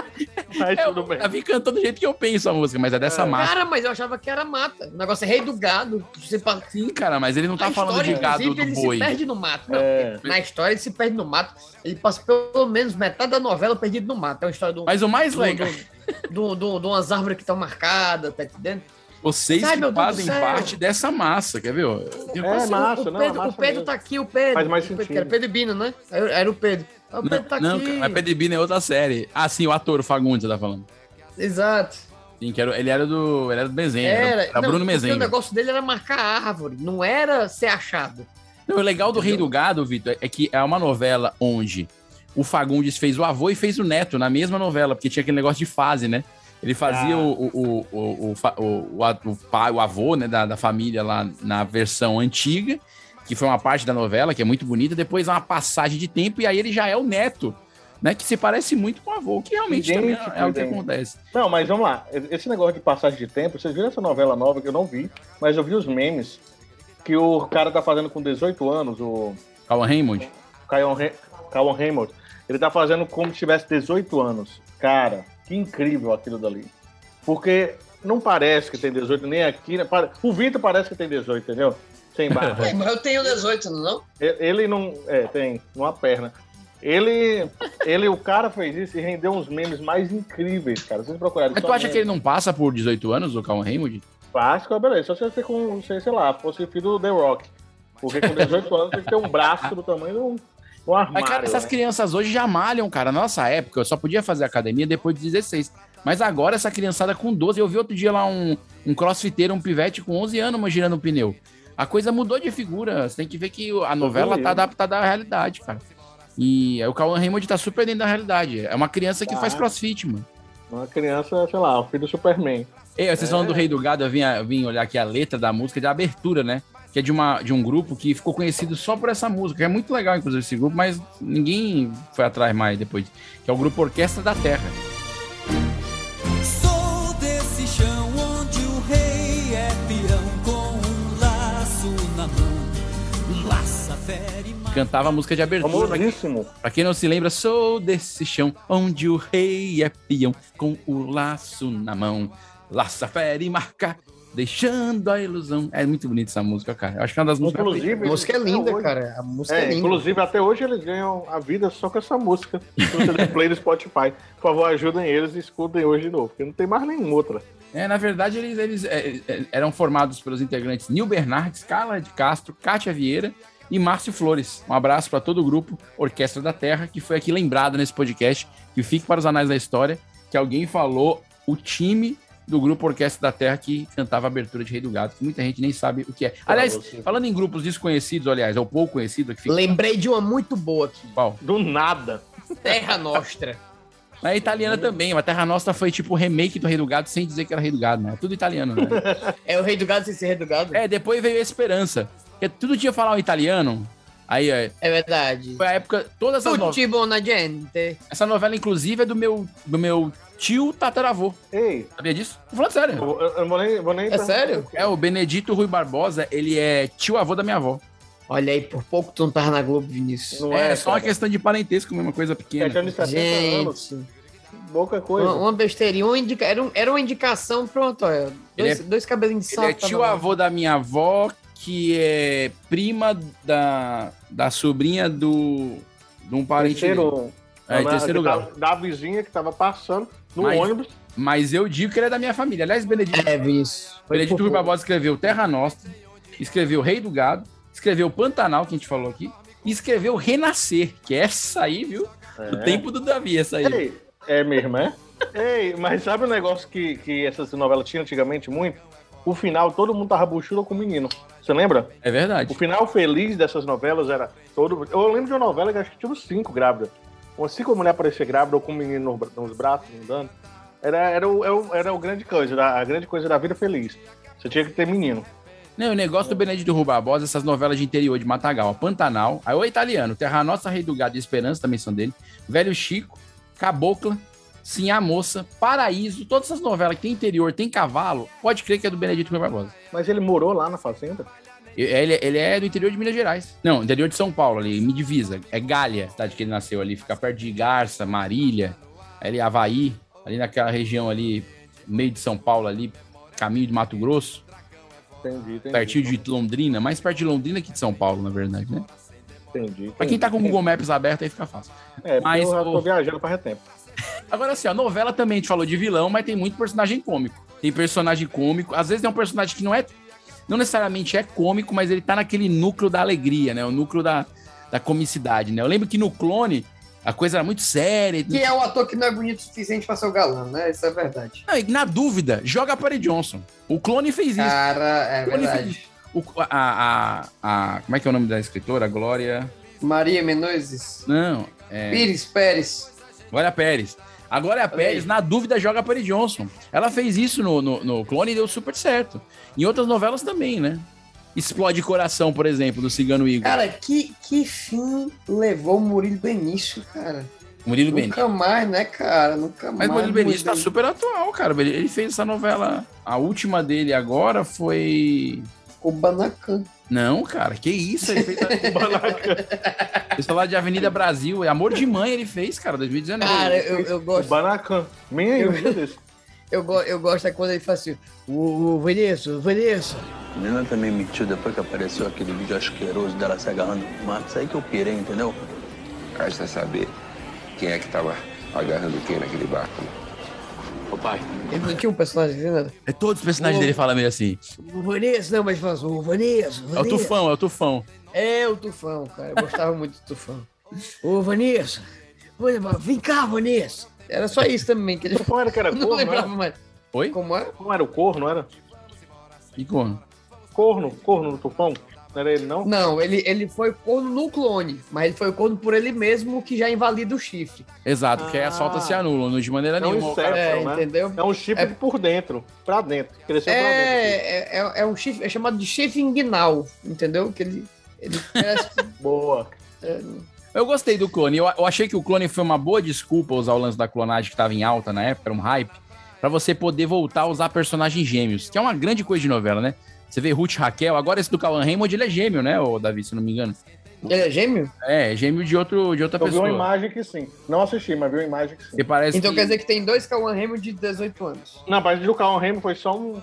Mas é, tudo bem. Eu vim cantando do jeito que eu penso a música, mas é dessa mata. Cara, mas eu achava que era mata. O negócio é rei do gado. Você... Sim, cara, mas ele não tá a falando história, de gado do ele boi. Ele se perde no É. mato. Não, na história, ele se perde no mato. Ele passa pelo menos metade da novela perdido no mato. É uma história do. Mas o mais do, legal. Do, do, do, umas árvores que estão marcadas, tá entendendo? Vocês Ai, que fazem parte dessa massa, quer ver? Eu, eu é, assim, massa, o, o não, Pedro, massa o Pedro mesmo. tá aqui, o Pedro. Faz mais o sentido. Pedro, era Pedro Bino, né? Era, era o Pedro. Ah, O Pedro não, tá não, aqui. Mas Pedro Bino é outra série. Ah, sim, o ator, o Fagundes, tá falando. Exato. Sim, que era, ele era do. Ele era do Mezenga. Era, era não, Bruno Mezenga. O negócio dele era marcar árvore, não era ser achado. Não, o legal do Rei do Gado, Vitor, é que é uma novela onde o Fagundes fez o avô e fez o neto na mesma novela, porque tinha aquele negócio de fase, né? Ele Ah. fazia o, o, o, o, o, fa- o, o a- o pai, o avô né, da, da família lá na versão antiga, que foi uma parte da novela, que é muito bonita, depois há uma passagem de tempo, e aí ele já é o neto, né? Que se parece muito com o avô, que realmente também Idêntico, é, é o que idêntico. acontece. Não, mas vamos lá. Esse negócio de passagem de tempo, vocês viram essa novela nova que eu não vi, mas eu vi os memes que o cara tá fazendo com 18 anos, o Calma, Raymond. Caion Re- Caion Raymond. Ele tá fazendo como se tivesse 18 anos. Cara, que incrível aquilo dali. Porque não parece que tem 18, nem aqui. né? Pare- O Vitor parece que tem 18, entendeu? Sem barba. Ué, mas eu tenho 18, não? E- Ele não. É, tem uma perna. Ele. ele o cara fez isso e rendeu uns memes mais incríveis, cara. Vocês procurarem. Mas tu acha é que ele não passa por 18 anos, o Calma, Raymond? Páscoa, beleza. Só se você com, sei, sei lá, fosse filho do The Rock. Porque com 18 anos tem que ter um braço do tamanho de um, um armário. Mas, cara, essas né? crianças hoje já malham, cara. Na nossa época, eu só podia fazer academia depois de 16. Mas agora, essa criançada com 12, eu vi outro dia lá um, um crossfiteiro, um pivete com 11 anos mas girando um pneu. A coisa mudou de figura. Você tem que ver que a novela vendo. tá adaptada à realidade, cara. E aí o Cauan Raymond tá super dentro da realidade. É uma criança que Tá. faz crossfit, mano. né? Uma criança, sei lá, o filho do Superman. Ei, vocês falando do Rei do Gado, eu vim, eu vim olhar aqui a letra da música, da abertura, né? Que é de, uma, de um grupo que ficou conhecido só por essa música. que É muito legal, inclusive, esse grupo, mas ninguém foi atrás mais depois. Que é o grupo Orquestra da Terra. Sou desse chão onde o rei é peão com um laço na mão. Laça, fere, Cantava a música de abertura. Pra quem, pra quem não se lembra, sou desse chão onde o rei é peão com o laço na mão. Laça, fere e marca, deixando a ilusão. É muito bonita essa música, cara. Eu acho que é uma das músicas... Inclusive, A música é linda, cara. A música é, É, linda. inclusive, até hoje eles ganham a vida só com essa música. Se você der play no Spotify, por favor, ajudem eles e escutem hoje de novo, porque não tem mais nenhuma outra. É, na verdade, eles, eles é, é, eram formados pelos integrantes Nil Bernardes, Carla de Castro, Kátia Vieira e Márcio Flores. Um abraço para todo o grupo Orquestra da Terra, que foi aqui lembrado nesse podcast, que fique para os anais da história, que alguém falou o time do grupo Orquestra da Terra que cantava a abertura de Rei do Gado, que muita gente nem sabe o que é. Aliás, você. falando em grupos desconhecidos, aliás, é o pouco conhecido que fica... Lembrei de uma muito boa aqui. Qual? Do nada. Terra Nostra. Na é italiana também, mas Terra Nostra foi tipo o remake do Rei do Gado, sem dizer que era Rei do Gado, né? É Tudo italiano, né? É o Rei do Gado sem ser Rei do Gado? É, depois veio a Esperança. Porque tudo tinha que falar um italiano. Aí, é. É verdade. Foi a época. Todas essas Tutti novelas. buona gente. Essa novela, inclusive, é do meu, do meu tio tataravô. Ei. Sabia disso? Tô falando sério. Eu, eu não vou nem, vou nem É sério? É, o Benedito Rui Barbosa, ele é tio avô da minha avó. Olha aí, por pouco tu não tava na Globo, Vinícius. é, só uma questão de parentesco, mesmo, uma coisa pequena. Gente. Pouca Uma, uma besteirinha. uma indica- era, um- era uma indicação, pronto, olha. Ele Dois, é- dois cabelinhos de tá Ele é sapo. tio avô da minha avó, que é prima da, da sobrinha do. de um parente. Terceiro, dele. É, na- terceiro da, grau. da vizinha que tava passando no Mas- ônibus. Mas eu digo que ele é da minha família. Aliás, Benedito. É, Vinícius. Benedito Rui Barbosa escreveu Terra Nostra, escreveu Rei do Gado, escreveu Pantanal, que a gente falou aqui, e escreveu Renascer, que é essa aí, viu? O tempo do Davi, essa aí. É. Ei, é mesmo, é? Ei, mas sabe o negócio que, que essas novelas tinham antigamente muito? O final, todo mundo tava buchula com o menino. Você lembra? É verdade. O final feliz dessas novelas era todo. Eu lembro de uma novela que acho que tinha uns cinco grávidas. Umas cinco mulheres aparecer grávida ou com o menino no bra- nos braços, andando. Era, era, o, era, o, era o grande coisa, da- a grande coisa da vida feliz. Você tinha que ter menino. Não, o negócio do Benedito Rui Barbosa, essas novelas de interior de Matagal, Pantanal, aí o italiano, Terra Nossa, Rei do Gado e Esperança também são dele, Velho Chico, Cabocla, Sim a Moça, Paraíso, todas essas novelas que tem interior, tem cavalo, pode crer que é do Benedito Rui Barbosa. Mas ele morou lá na fazenda? Ele, ele é do interior de Minas Gerais. Não, interior de São Paulo, ali, me divisa. É Galha, cidade que ele nasceu ali, fica perto de Garça, Marília, ali Havaí, ali naquela região ali, meio de São Paulo ali, caminho de Mato Grosso, Entendi, entendi. pertinho de Londrina, mais perto de Londrina que de São Paulo, na verdade, né? Entendi. Pra quem tá com o Google Maps aberto, aí fica fácil. É, Mas, mas eu já tô pô- viajando faz tempo. Agora assim, a novela também a gente falou de vilão, mas tem muito personagem cômico. Tem personagem cômico, às vezes é um personagem que não é não necessariamente é cômico, mas ele tá naquele núcleo da alegria, né? O núcleo da, da comicidade, né? Eu lembro que no Clone a coisa era muito séria. Que é o ator que não é bonito o suficiente pra ser o galã, né? Isso é verdade. Não, e na dúvida, joga a Johnson. O Clone fez isso. Cara, é O Clone verdade. fez isso. O, a, a, a, como é que é o nome da escritora? Glória. Maria Menezes? Não. É... Pires Pérez. Glória Pérez. é A Glória Pérez, na dúvida, joga a Perry Johnson. Ela fez isso no, no, no Clone e deu super certo. Em outras novelas também, né? Explode Coração, por exemplo, do Cigano Igor. Cara, que, que fim levou o Murilo Benício, cara? Murilo Nunca Benício. mais, né, cara? Nunca mais. Mas o Murilo Benício tá super atual, cara. Ele ele fez essa novela. A última dele agora foi. O Banacan. Não, cara, que isso? Ele fez a Banacan. Fez falar de Avenida Brasil. É Amor de Mãe ele fez, cara, 2019. Cara, eu, eu O gosto. Banacan. Nem aí, um dia desse. Eu, go- eu gosto é quando ele fala assim: o, o Vanessa, o Vanessa. A menina também mentiu depois que apareceu aquele vídeo asqueroso dela se agarrando com o mato. Isso aí que eu pirei, entendeu? Basta saber quem é que tava agarrando quem naquele barco. Ô pai, Ele não tinha um personagem assim, nada. É todos os personagens Ô. dele falam meio assim. O Vanessa, não, mas ele fala assim: o Vanessa, É o o Vanessa. Tufão, é o Tufão. É o Tufão, cara. Eu gostava muito do Tufão. Ô, Vanessa, Vanessa, vem cá, Vanessa. Era só isso também que ele Como era que era Não corno, lembrava era? mais. Oi? Como é? era? Como era o corno, era? E corno? Corno, corno do Tufão. Não era ele, não? Não, ele, ele foi corno no clone, mas ele foi corno por ele mesmo, o que já invalida o chifre. Exato, porque aí as Ah. faltas se anulam de maneira É um nenhuma. o cara- inseto, É, né? entendeu? É um chip É- por dentro, pra dentro. Cresceu pra dentro. É, é, é um chifre, é chamado de chifre inguinal, entendeu? Que ele, ele é assim. cresce. Boa. Eu gostei do clone. Eu, eu achei que o clone foi uma boa desculpa usar o lance da clonagem que tava em alta na época, era um hype, pra você poder voltar a usar personagens gêmeos, que é uma grande coisa de novela, né? Você vê Ruth e Raquel, agora esse do Cauan Raymond, ele é gêmeo, né, ô Davi, se não me engano. Ele é gêmeo? É, é gêmeo de, outro, de outra Eu vi pessoa. uma imagem que sim. Não assisti, mas vi uma imagem que sim. Que parece Então quer dizer que tem dois Kawan Raymond de 18 anos. Não, parece que o Calon Remo foi só um.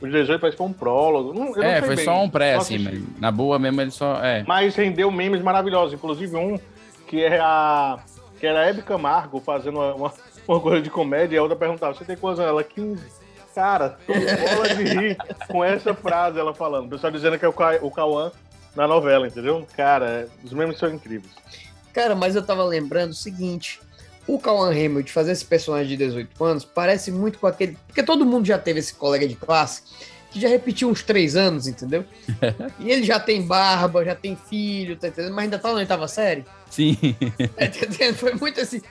Os 18 parece que foi um prólogo. Não, eu não É, sei foi bem. só um pré, Não assim, assisti. mas na boa mesmo ele só... É. Mas rendeu memes maravilhosos, inclusive um que é a. que era a Hebe Camargo fazendo uma, uma, uma coisa de comédia, e a outra perguntava, você tem quantos anos? Ela, 15. Cara, tô bola de rir com essa frase ela falando. O pessoal dizendo que é o Ca- o Cauã na novela, entendeu? Cara, é- os memes são incríveis. Cara, mas eu tava lembrando o seguinte: o Kawan Raymond fazer esse personagem de 18 anos parece muito com aquele. Porque todo mundo já teve esse colega de classe que já repetiu uns três anos, entendeu? e ele já tem barba, já tem filho, tá entendendo? Mas ainda tá na oitava série. Sim. Tá entendendo? Foi muito esse.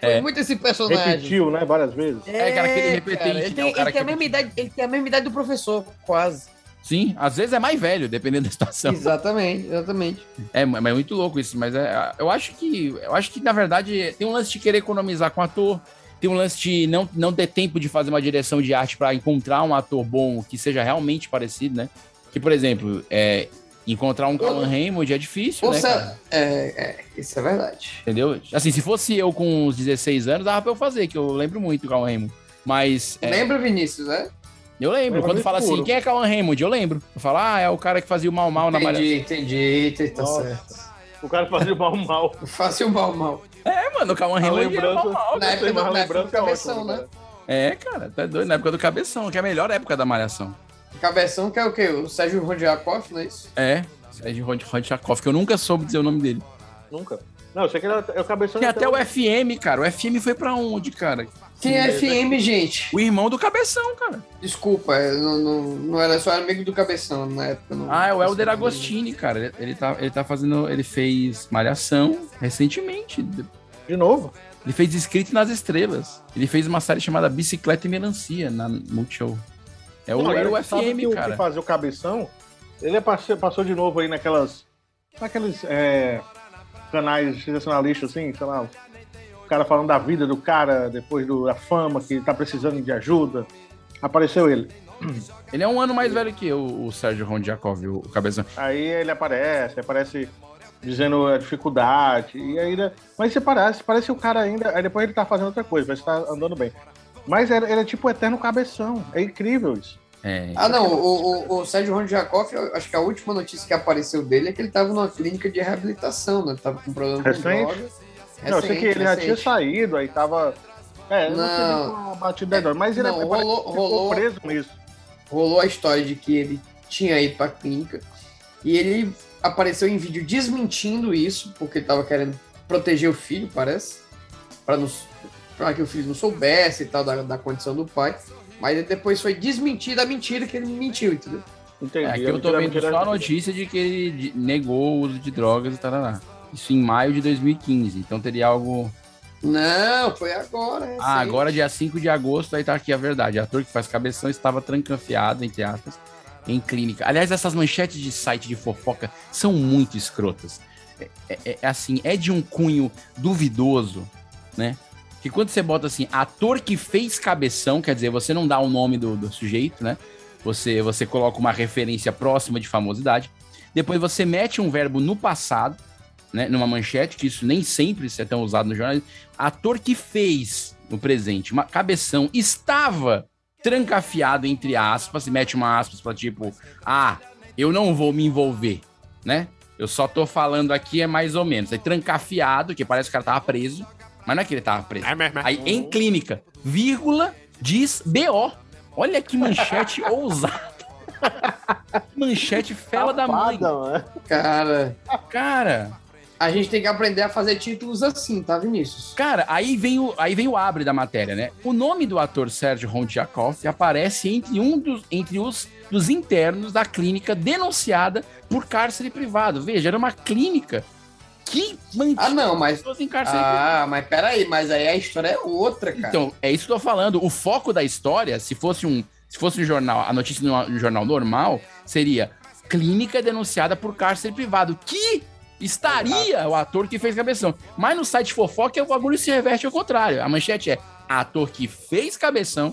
Foi É. muito esse personagem. Repetiu, né? Várias vezes. É, cara, aquele repetente, cara, ele né? tem, O cara ele tem a que mesma idade, ele tem a mesma idade do professor, quase. Sim, às vezes é mais velho, dependendo da situação. Exatamente, exatamente. É, mas é muito louco isso, mas é, eu acho que eu acho que na verdade tem um lance de querer economizar com o ator, tem um lance de não, não ter tempo de fazer uma direção de arte pra encontrar um ator bom que seja realmente parecido, né? Que por exemplo, é, encontrar um Calan Raymond é difícil, Ou né? se- cara? é, é, isso é verdade. Entendeu? Assim, se fosse eu com uns 16 anos, dava pra eu fazer, que eu lembro muito do Calan Raymond. Mas é, Lembra, Vinícius, né? eu lembro, Lembra quando muito fala assim, puro. quem é Calan Raymond? Eu lembro. Eu falo, ah, é o cara que fazia o mal mal na malha. Entendi, entendi, entendi, tá Nossa. certo. O cara fazia o mal mal. Fazia o mal mal. É, mano, o Calan Tá A Raymond era lembrança. mal mal, Na não sei, época do mas a na época do lembrança é cabeção, ótima, né? É, cara, tá doido. Na época do Cabeção, que é a melhor época da Malhação. Cabeção que é o quê? O Sérgio Rodjakov, não é isso? É, Sérgio Rod- Rodchakov, que eu nunca soube dizer o nome dele. Nunca. Não, eu sei que era. Eu cabeção Tem até o FM, cara. O FM foi pra onde, cara? Quem é FM, gente? O irmão do Cabeção, cara. Desculpa, eu não, não, não era só amigo do Cabeção na época. Não... Ah, é o Helder Agostini, cara. Ele, ele tá, ele tá fazendo. Ele fez Malhação recentemente. De novo? Ele fez Escrito nas Estrelas. Ele fez uma série chamada Bicicleta e Melancia na Multishow. É o, Não, era o ele sabe um que FM, o cara. que fazer o cabeção, ele passou, passou de novo aí naquelas. Naqueles é, canais sensacionalistas, assim, sei lá. O cara falando da vida do cara depois do- da fama, que tá precisando de ajuda. Apareceu ele. Ele é um ano mais velho que eu, o Sérgio Rodchakov, o, o Cabeção. Aí ele aparece, aparece dizendo a dificuldade. E ainda. Mas você parece, parece o cara ainda. Aí depois ele tá fazendo outra coisa, mas tá andando bem. Mas ele, ele é tipo o eterno cabeção. É incrível isso. É. Ah, não, o, o, o Sérgio Rodjakov, eu acho que a última notícia que apareceu dele é que ele tava numa clínica de reabilitação, né? Tava com problema com Recente? drogas. não, eu sei que ele já tinha saído, aí tava. É, eu não, sei Não. nem qual a batida agora, mas ele Não, é- rolou- ficou rolou- preso nisso. rolou a história de que ele tinha ido pra clínica e ele apareceu em vídeo desmentindo isso, porque ele tava querendo proteger o filho, parece, para que o filho não soubesse e tal da, da condição do pai. Mas ele depois foi desmentir a mentira que ele mentiu, entendeu? Entendi. É, aqui eu tô vendo só a notícia de que ele de- negou o uso de drogas e tal. Isso em maio de 2015. Então teria algo. Não, foi agora. é assim, recente. Ah, agora dia 5 de agosto, aí tá aqui a verdade. Ator que faz cabeção estava trancafiado, entre aspas, em clínica. Aliás, essas manchetes de site de fofoca são muito escrotas. É, é- é assim, é de um cunho duvidoso, né? Que quando você bota assim, ator que fez cabeção, quer dizer, você não dá o nome do, do sujeito, né? Você, você coloca uma referência próxima de famosidade. Depois você mete um verbo no passado, né, numa manchete, que isso nem sempre isso é tão usado no jornalismo, ator que fez no presente uma cabeção estava trancafiado entre aspas, e mete uma aspas para tipo, ah, eu não vou me envolver, né? Eu só tô falando aqui é mais ou menos. Aí trancafiado, que parece que o cara tava preso, mas não é que ele tava preso. Aí em clínica, vírgula, diz BO. Olha que manchete ousada. manchete fela da mãe. é? Cara. Cara. A gente tem que aprender a fazer títulos assim, tá, Vinícius? Cara, aí vem o, aí vem o abre da matéria, né? O nome do ator Sérgio Rondiakoff aparece entre um dos entre os dos internos da clínica denunciada por cárcere privado. Veja, era uma clínica que mantinha Ah, não, mas. pessoas em cárcere privado. Ah, mas peraí, mas aí a história é outra, cara. Então, é isso que eu tô falando. O foco da história, se fosse um, se fosse um jornal, a notícia de um jornal normal, seria clínica denunciada por cárcere privado, que estaria o ator que fez cabeção. Mas no site fofoca, o bagulho se reverte ao contrário. A manchete é ator que fez cabeção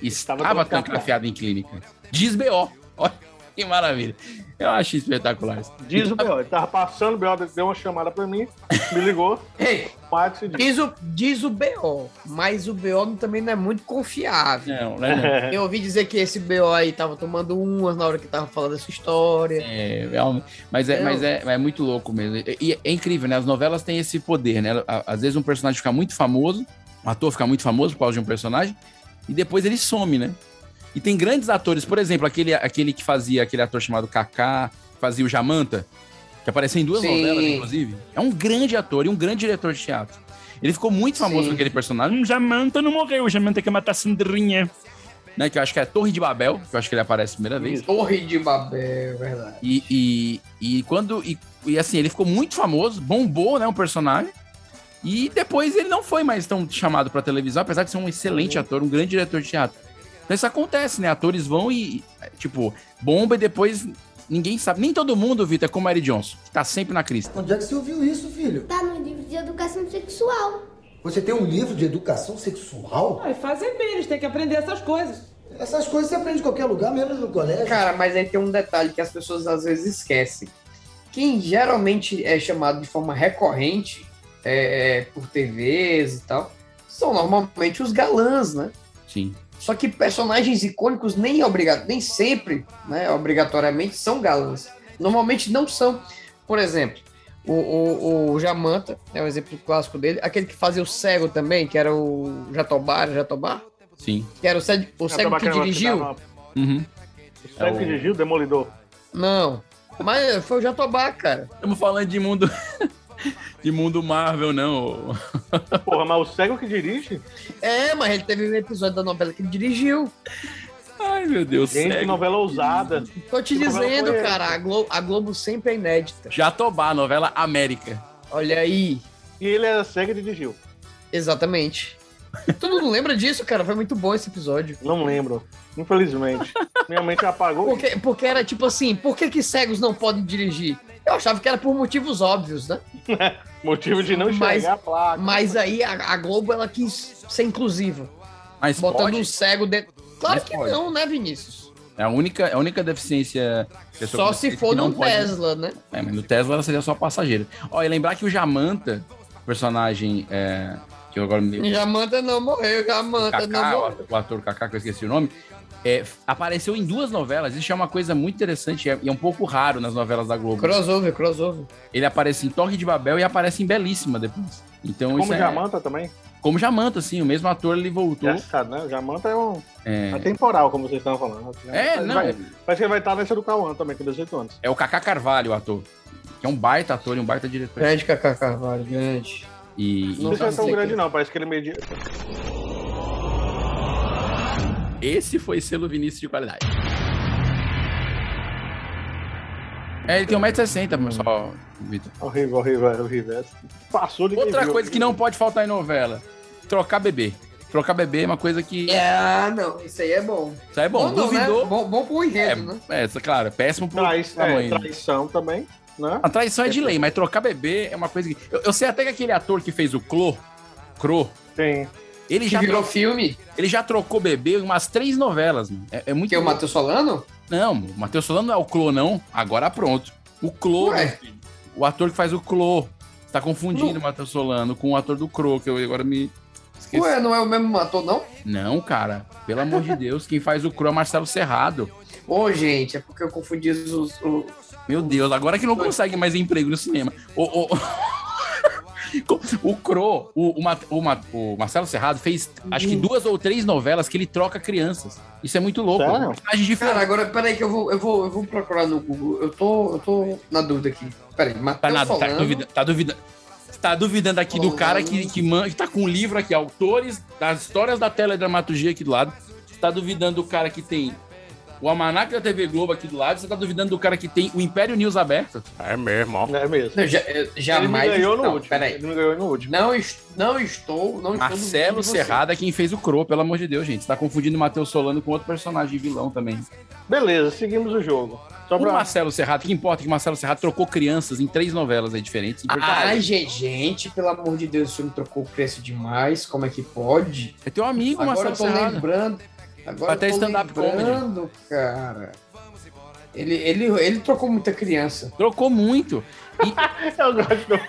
estava trancafiado. trancafiado em clínica. Diz B.O. Olha que maravilha. Eu achei espetacular isso. Diz o B.O. Ele tava passando, o B.O. deu uma chamada pra mim, me ligou. Ei, Quatro se diz. diz o, diz o BO, mas o BO também não é muito confiável. Não, não é Eu ouvi dizer que esse BO aí tava tomando umas na hora que tava falando essa história. É, realmente. mas, é, Eu- mas é, é muito louco mesmo. E, e é incrível, né? As novelas têm esse poder, né? À- Às vezes um personagem fica muito famoso, um ator fica muito famoso por causa de um personagem, e depois ele some, né? E tem grandes atores, por exemplo, aquele, aquele que fazia, aquele ator chamado Kaká, que fazia o Jamanta, que apareceu em duas Sim. novelas, inclusive. É um grande ator e um grande diretor de teatro. Ele ficou muito famoso Sim. com aquele personagem. Hum, Jamanta não morreu, Jamanta quer matar a Sandrinha. Né, que eu acho que é a Torre de Babel, que eu acho que ele aparece a primeira vez. Torre de Babel, é verdade. E, e, e quando. E, e assim, ele ficou muito famoso, bombou, né? Um personagem. E depois ele não foi mais tão chamado pra televisão, apesar de ser um excelente ator, um grande diretor de teatro. Então isso acontece, né? Atores vão e, tipo, bomba e depois ninguém sabe. Nem todo mundo, Vitor, é como Eric Johnson, que tá sempre na crista. Onde é que você ouviu isso, filho? Tá no livro de educação sexual. Você tem um livro de educação sexual? Ai, fazem bem, eles têm que aprender essas coisas. Essas coisas você aprende em qualquer lugar, menos no colégio. Cara, mas aí tem um detalhe que as pessoas às vezes esquecem. Quem geralmente é chamado de forma recorrente é, é, por TVs e tal, são normalmente os galãs, né? Sim. Só que personagens icônicos nem obrigado, nem sempre, né, obrigatoriamente são galãs. Normalmente não são. Por exemplo, o, o, o Jamanta é um exemplo clássico dele. Aquele que fazia o cego também, que era o Jatobá, era Jatobá, Sim. que era o, cego- o "Tá cego que dirigiu. Uhum. Sabe que dirigiu? Demolidor. Não. Mas foi o Jatobá, cara. Estamos falando de mundo. de mundo Marvel, não. Porra, mas o cego que dirige? É, mas ele teve um episódio da novela que ele dirigiu. Ai, meu Deus. Gente, cego. novela ousada. Tô te Que novela dizendo, foi essa? cara, a Globo, a Globo sempre é inédita. Jatobá, novela América. Olha aí. E ele era cego e dirigiu. Exatamente. Tu não lembra disso, cara? Foi muito bom esse episódio. Não lembro. Infelizmente. Minha mente apagou. Porque, porque era tipo assim, por que, que cegos não podem dirigir? Eu achava que era por motivos óbvios, né? Motivo de não Mas, enxergar a placa. mas aí a, a Globo ela quis ser inclusiva. Mas botando pode? um cego dentro. Claro Mas que pode. não, né, Vinícius? É a única, é a única deficiência. pessoa Só com se deficiência for um que não num pode- Tesla, né? É, mas no Tesla ela seria só passageira. Ó, e lembrar que o Jamanta, personagem é, que eu agora me lembro. Jamanta não morreu, Jamanta não Kaká, o morreu. ator- o ator Kaká, que eu esqueci o nome, é, f- apareceu em duas novelas. Isso é uma coisa muito interessante é- e é, um pouco raro nas novelas da Globo. Crossover, crossover. Ele aparece em Torre de Babel e aparece em Belíssima depois. Então Como isso é- Jamanta também? Como Jamanta, sim. O mesmo ator ele voltou. Engraçado, né? Jamanta é um. É, Atemporal, como vocês estavam falando. É, Mas não, vai- é- Parece que ele vai estar nessa do Cauã também, com 18 anos. é o Kaká Carvalho, o ator. Que é um baita ator e um baita diretor. Grande Kaká Carvalho, grande. E, Não e- sei se é tão sei grande, quem. não. Parece que ele media. Esse foi selo Vinícius de qualidade. É, um ele tem 1,60m, pessoal, Vitor. Horrível, horrível, é, horrível. Passou de Outra coisa que não pode faltar em novela: trocar bebê. Trocar bebê é uma coisa que. Ah, não, isso aí é bom. Isso aí é bom. Bom não, Duvidou. né? Bom, bom pro enredo, né? É, isso, claro, é péssimo pro Trai- tamanho. é, traição também, né? A traição é de lei, mas trocar bebê é uma coisa que. Eu, eu sei até que aquele ator que fez o Clo, Cro. Tem. Ele Que já virou trocou- filme? Ele já trocou bebê em umas três novelas, mano. É, é muito. Que é o Matheus Solano? Não, o Matheus Solano não é o Clo, não. Agora pronto. O Clo, Ué. meu filho, o ator que faz o Clo. Você tá confundindo o Matheus Solano com o ator do Cro, que eu agora me esqueci. Ué, não é o mesmo ator, não? Não, cara. Pelo amor de Deus, quem faz o Cro é o Marcelo Serrado. Ô, gente, é porque eu confundi os. os- Meu Deus, agora que não consegue mais emprego no cinema. O, o, o Cro, o, o, Ma- o Ma- o Marcelo Serrado fez acho que duas ou três novelas que ele troca crianças. Isso é muito louco. Sério? Personagem diferente. Cara, agora, peraí que eu vou, eu vou, eu vou procurar no Google. Eu tô, eu tô na dúvida aqui. Peraí, Tá, Matheus na, tá, Solano. duvida, tá duvidando. Tá duvidando aqui do cara que, que, man, que tá com um livro aqui, autores das histórias da teledramaturgia aqui do lado. Você tá duvidando do cara que tem o Almanac da TV Globo aqui do lado. Você tá duvidando do cara que tem o Império News aberto. É mesmo, ó. É mesmo. Não, já, eu- jamais. Ele me ganhou no não, último. Peraí. Ele me ganhou no último. Não, es- não estou. Não estou duvidando Marcelo de você. Serrada é quem fez o Cro, pelo amor de Deus, gente. Você tá confundindo o Matheus Solano com outro personagem vilão também. Beleza, seguimos o jogo. Só O pra... Marcelo Serrada, que importa que o Marcelo Serrada trocou crianças em três novelas aí diferentes. Ai, gente, gente, pelo amor de Deus, o filme trocou o preço demais. Como é que pode? é teu amigo, agora eu um Marcelo tô Serrada. lembrando. Agora Até eu tô stand-up comedy. lembrando, cara. Ele, ele, ele trocou muita criança. Trocou muito. Eu gosto do-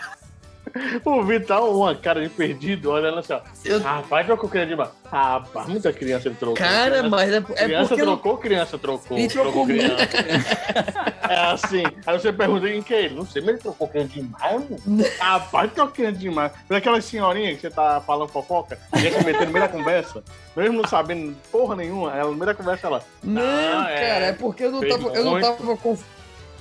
O Vital, uma cara de perdido, olhando assim, ó. Eu- Rapaz, trocou criança demais. Rapaz, muita criança ele trocou. Cara, Criança- mas é, é Criança porque. eu não- trocou, criança trocou. Ele trocou criança. é assim. Aí você pergunta em que ele? Não sei, mas ele trocou criança demais, mano. Rapaz, trocou criança demais. Mas aquela senhorinha que você tá falando fofoca, e ela se metendo no meio da conversa, mesmo não sabendo porra nenhuma, ela no meio da conversa ela. Não, Ah, é. cara, é porque eu não Fez tava. Eu não muito. tava conf-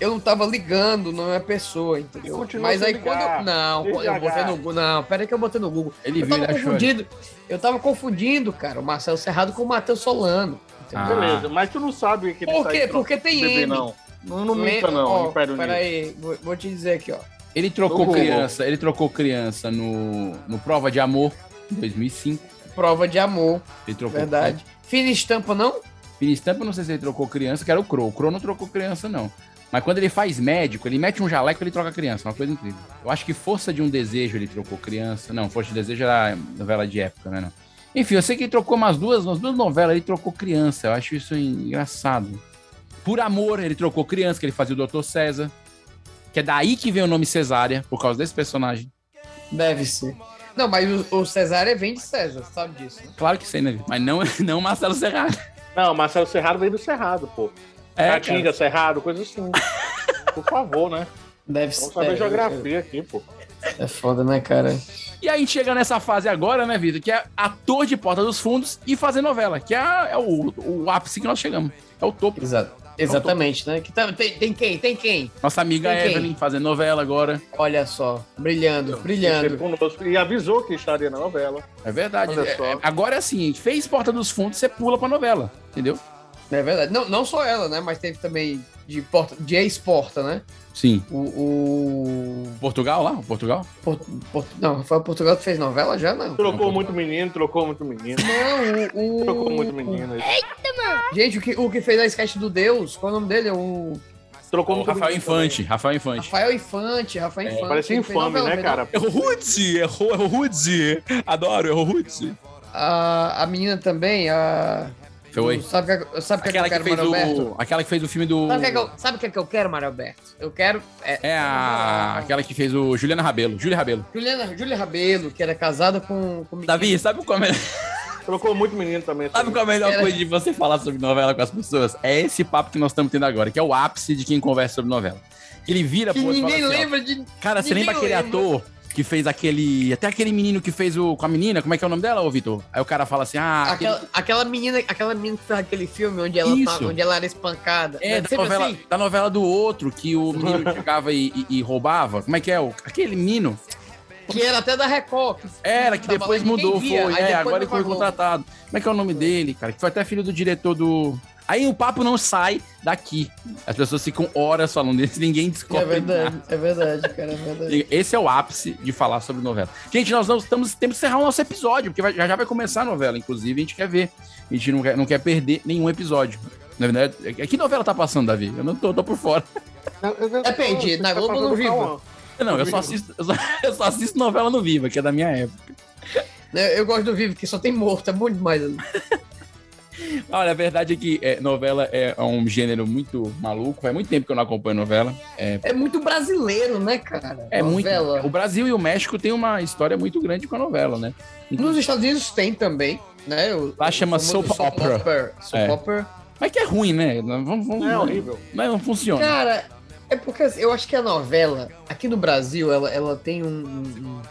Eu não tava ligando, não é pessoa, entendeu? Continua Mas sem aí ligar. quando eu. Não, Deixa eu botei ligar. no Google. Não, peraí que eu botei no Google. Ele eu viu, né, tava ele achou. confundindo. Eu tava confundindo, cara, o Marcelo Serrado com o Matheus Solano. Ah. Beleza, mas tu não sabe que ele Por tá quê? aí trocando Porque tem bebê, M. não. Não, não Le- minta, não, Ó, Império Unido. Peraí, vou, vou te dizer aqui, ó. Ele trocou Trocou. criança, ele trocou criança no, no Prova de Amor, em 2005. Prova de amor, Ele trocou. verdade. Fina estampa, não? Finistampa, eu não sei se ele trocou criança, que era o Cro. O Cro não trocou criança, não. Mas quando ele faz médico, ele mete um jaleco e ele troca criança. Uma coisa incrível. Eu acho que Força de um Desejo ele trocou criança. Não, Força de Desejo era novela de época, né? Não. Enfim, eu sei que ele trocou umas duas, umas duas novelas, ele trocou criança. Eu acho isso engraçado. Por Amor, ele trocou criança, que ele fazia o Dr. César. Que é daí que vem o nome Cesária, por causa desse personagem. Deve ser. Não, mas o, o Cesária vem de César, sabe disso, né? Claro que sei, né? Mas não, não Marcelo Serrado. Não, Marcelo Cerrado veio do Cerrado, pô. É, Caatinga, cara. Cerrado, coisa assim. Por favor, né? Deve Vamos saber geografia aqui, pô. É foda, né, cara? E aí a gente chega nessa fase agora, né, Vitor? Que é ator de Porta dos Fundos e fazer novela, que é, é o, o ápice que nós chegamos. É o topo. Exato. Exatamente, né? Que tá- tem, tem quem? Tem quem? Nossa amiga Tem quem? Evelyn fazendo novela agora. Olha só, brilhando, Esteve brilhando. conosco E avisou que estaria na novela. É verdade. Olha É- só. é- agora é assim, fez Porta dos Fundos, você pula pra novela, entendeu? É verdade. Não, não só ela, né? Mas teve também de, porta, de ex-porta, né? Sim. O. o Portugal lá? Portugal? Port- Port- não, foi o Portugal que fez novela já, não. Trocou muito menino, trocou muito menino. Não, o. o- Trocou muito menino. Gente, o que, o que fez a sketch do Deus, qual é o nome dele? O Trocou O muito Rafael menino Infante, Rafael Infante. Rafael Infante, Rafael Infante. também. Parecia Ele fez É, infame, novela, né, fez cara? Errou Rude, errou, errou Rude. Adoro, errou Rude. A, a menina também, a. Foi. do- Sabe o que, sabe o que, é Aquela que eu que, quero, fez Mário Alberto? o, aquela que fez o filme do. Sabe o que, é que eu, sabe o que é que eu quero, Mário Alberto? Eu quero. É, É a, aquela que fez o Juliana Rabelo. Júlia Rabelo. Juliana, Júlia Rabelo, que era casada com. um com Davi, sabe qual é, Trocou muito menino também. sabe qual é a melhor Era- coisa de você falar sobre novela com as pessoas? É esse papo que nós estamos tendo agora, que é o ápice de quem conversa sobre novela. Que ele vira Que pro outro e fala ninguém assim, ó, lembra de. Cara, você ninguém lembra aquele lembra. ator que fez aquele. Até aquele menino que fez o. com a menina, como é que é o nome dela, ô Vitor? Aí o cara fala assim, ah, aquele- Aquela, aquela menina, aquela menina que fez aquele filme onde ela, Isso. tava- onde ela era espancada. É, Né? da Sempre novela, assim. da novela do outro, que o menino chegava e, e- e roubava. Como é que é? O, aquele menino. Que era até da Record. que Era, que tava depois lá e Tá, ninguém mudou, via, foi. aí É, depois agora não ele foi pagou. contratado. Como é que é o nome dele, cara? Que foi até filho do diretor do. Aí o papo não sai daqui. As pessoas ficam horas falando isso, ninguém descobre. É verdade, nada. é verdade, cara, é verdade. Esse é o ápice de falar sobre novela. Gente, nós não estamos temos que encerrar o nosso episódio, porque vai- já, já vai começar a novela, inclusive, a gente quer ver. A gente não quer, não quer perder nenhum episódio. Na verdade, é- que novela tá passando, Davi? Eu não tô, tô por fora. Depende, né? na Globo ou no Viva? Não, eu só assisto, eu só, eu só assisto novela no Viva, que é da minha época. Né, Eu gosto do Vivo, que só tem morto, é bom demais. ali. Olha, a verdade é que é, novela é um gênero muito maluco. Faz muito tempo que eu não acompanho novela. É, É muito brasileiro, né, cara? é muito. Novela. O Brasil e o México têm uma história muito grande com a novela, né? Nos Estados Unidos tem também, né? O, Lá chama o famoso soap opera. Soap É. opera. Mas que é ruim, né? Vamos, vamos, É horrível. Mas não funciona. Cara, é porque assim, eu acho que a novela, aqui no Brasil, ela, ela tem um, um- um-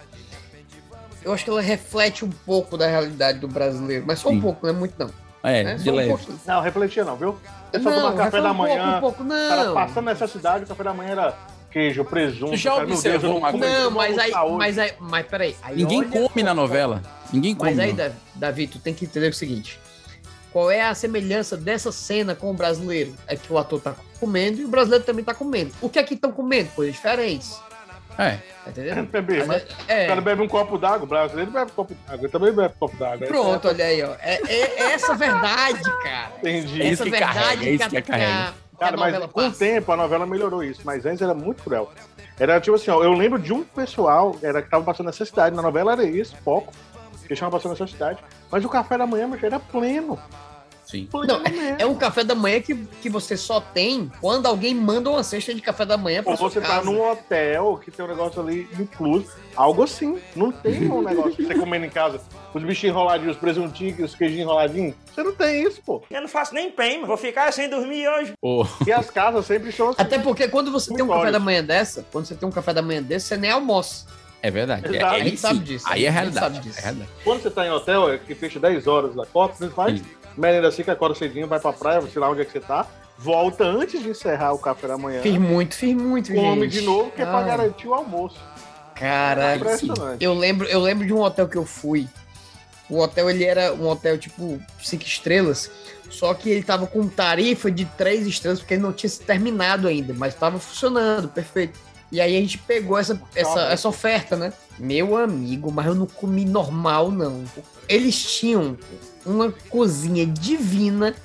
Eu acho que ela reflete um pouco da realidade do brasileiro, mas só um pouco, não é muito não. É, né? de Só um leve. pouquinho. Não, refletia não, viu? É só Não, tomar vai café falar da um pouco, manhã. um pouco, não. O cara passando necessidade, o café da manhã era queijo, presunto. Tu já cara, meu Deus, observou eu uma como coisa? isso, Não, mas aí, saúde. mas aí, mas peraí. aí Ninguém olha- come na novela. Ninguém come. Mas aí, não. Davi- Davi, tu tem que entender o seguinte: qual é a semelhança dessa cena com o brasileiro? É que o ator tá comendo e o brasileiro também tá comendo. O que é que estão comendo? Coisas diferentes. É. Tá entendendo? Bebê, mas É. O cara bebe um copo d'água, o brasileiro bebe um copo d'água, eu também bebe um copo Né? d'água. Pronto, olha aí, ó. É, é- é essa a verdade, cara. Entendi. É isso Essa que verdade carrega, é isso que a- carrega. a- Cara, a mas novela com o passa. tempo a novela melhorou isso, mas antes era muito cruel. Era tipo assim, ó, eu lembro de um pessoal era, que tava passando necessidade, na novela era isso, foco, que chama passando necessidade, mas o café da manhã meu, era pleno. Sim. pleno Não, mesmo. é, é um café da manhã que, que você só tem quando alguém manda uma cesta de café da manhã pra Ou sua você tá casa. num hotel que tem um negócio ali incluso, algo assim. Não tem um negócio pra você comendo em casa. Os bichinhos enroladinhos, os presuntinhos, os queijinhos enroladinhos. Você não tem isso, pô. Eu não faço nem prêmio, vou ficar sem dormir hoje. Ô, E as casas sempre são assim. Até porque quando você tem um café da manhã dessa, quando você tem um café da manhã desse, você nem almoça. É verdade. É, Exato. é, A aí gente sim. sabe disso, Aí é a gente realidade. sabe disso. É realidade. Quando você tá em hotel, é que fecha 10 horas da Copa, você faz merenda assim, que acorda cedinho, vai pra praia, sei lá onde é que você tá, volta antes de encerrar o café da manhã. Fiz muito, fiz muito, Come É. gente. Um Ah, É, de novo, que é pra Ai. garantir o almoço. Cara, Impressionante. eu lembro, eu lembro de um hotel que eu fui. O hotel ele era um hotel tipo cinco estrelas, só que ele tava com tarifa de três estrelas porque ele não tinha se terminado ainda, mas tava funcionando, perfeito. E aí a gente pegou essa, essa, essa oferta, né? Meu amigo, mas eu não comi normal não. Eles tinham uma cozinha divina.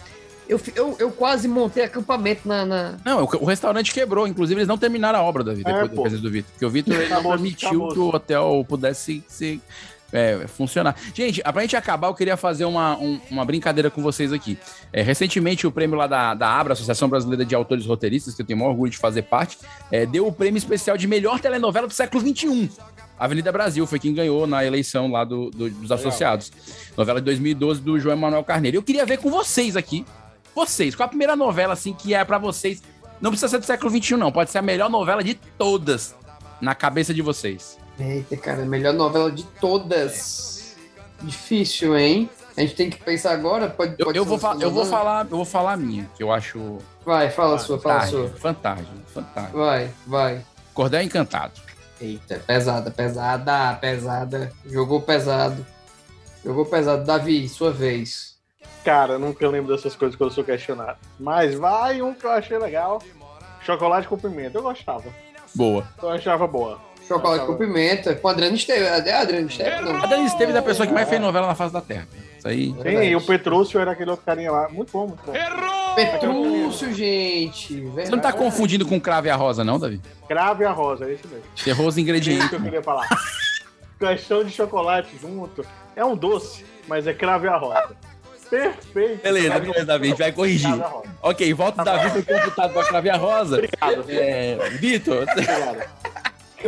Eu, fi- eu, eu quase montei acampamento na, na- Não, o, o restaurante quebrou. Inclusive, eles não terminaram a obra, Davi, depois É, da pô. presença do Vitor. Porque o Vitor ele não Acabou, permitiu acabou. que o hotel pudesse se, é, funcionar. Gente, pra gente acabar, eu queria fazer uma, um- uma brincadeira com vocês aqui. É, recentemente, o prêmio lá da, da Abra, Associação Brasileira de Autores Roteiristas, que eu tenho o maior orgulho de fazer parte, é, deu o prêmio especial de melhor telenovela do século XXI. Avenida Brasil foi quem ganhou na eleição lá do- do- dos associados. Novela de 2012 do João Emanuel Carneiro. Eu queria ver com vocês aqui. Vocês, qual a primeira novela assim que é pra vocês? Não precisa ser do século XXI, não. Pode ser a melhor novela de todas na cabeça de vocês. Eita, cara, melhor novela de todas. Difícil, hein? A gente tem que pensar agora. Pode, Eu, pode eu ser um vou essa fa- Ah, eu vou semana? falar, eu vou falar a minha, que eu acho. Vai, fala a sua, fala a Fantástico, sua. Fantástico, fantástico. Vai, vai. Cordel Encantado. Eita, pesada, pesada, pesada. Jogou pesado. Jogou pesado. Davi, sua vez. Cara, eu nunca lembro dessas coisas quando eu sou questionado. Mas vai um que eu achei legal. Chocolate com pimenta. Eu gostava. Boa. Eu achava boa. Chocolate com pimenta. Com Adriano Esteves. É Adriano Esteves? Não. A Dani Esteves é a pessoa que mais fez novela na face da Terra. Isso aí. Sim, e o Petrúcio era aquele outro carinha lá. Muito bom, muito bom. Petrúcio, gente. Você não tá confundindo com Crave a Rosa, não, Davi? Crave a rosa, é isso mesmo. Errou os É isso que ingredientes. eu queria falar. Caixão de chocolate junto. É um doce, mas é crave a rosa. Perfeito. Beleza, beleza, Davi, a gente vai corrigir. Crave a rosa. Ok, volta o Davi foi computado pra Crave a Rosa. Obrigado. um É, Vitor, Eu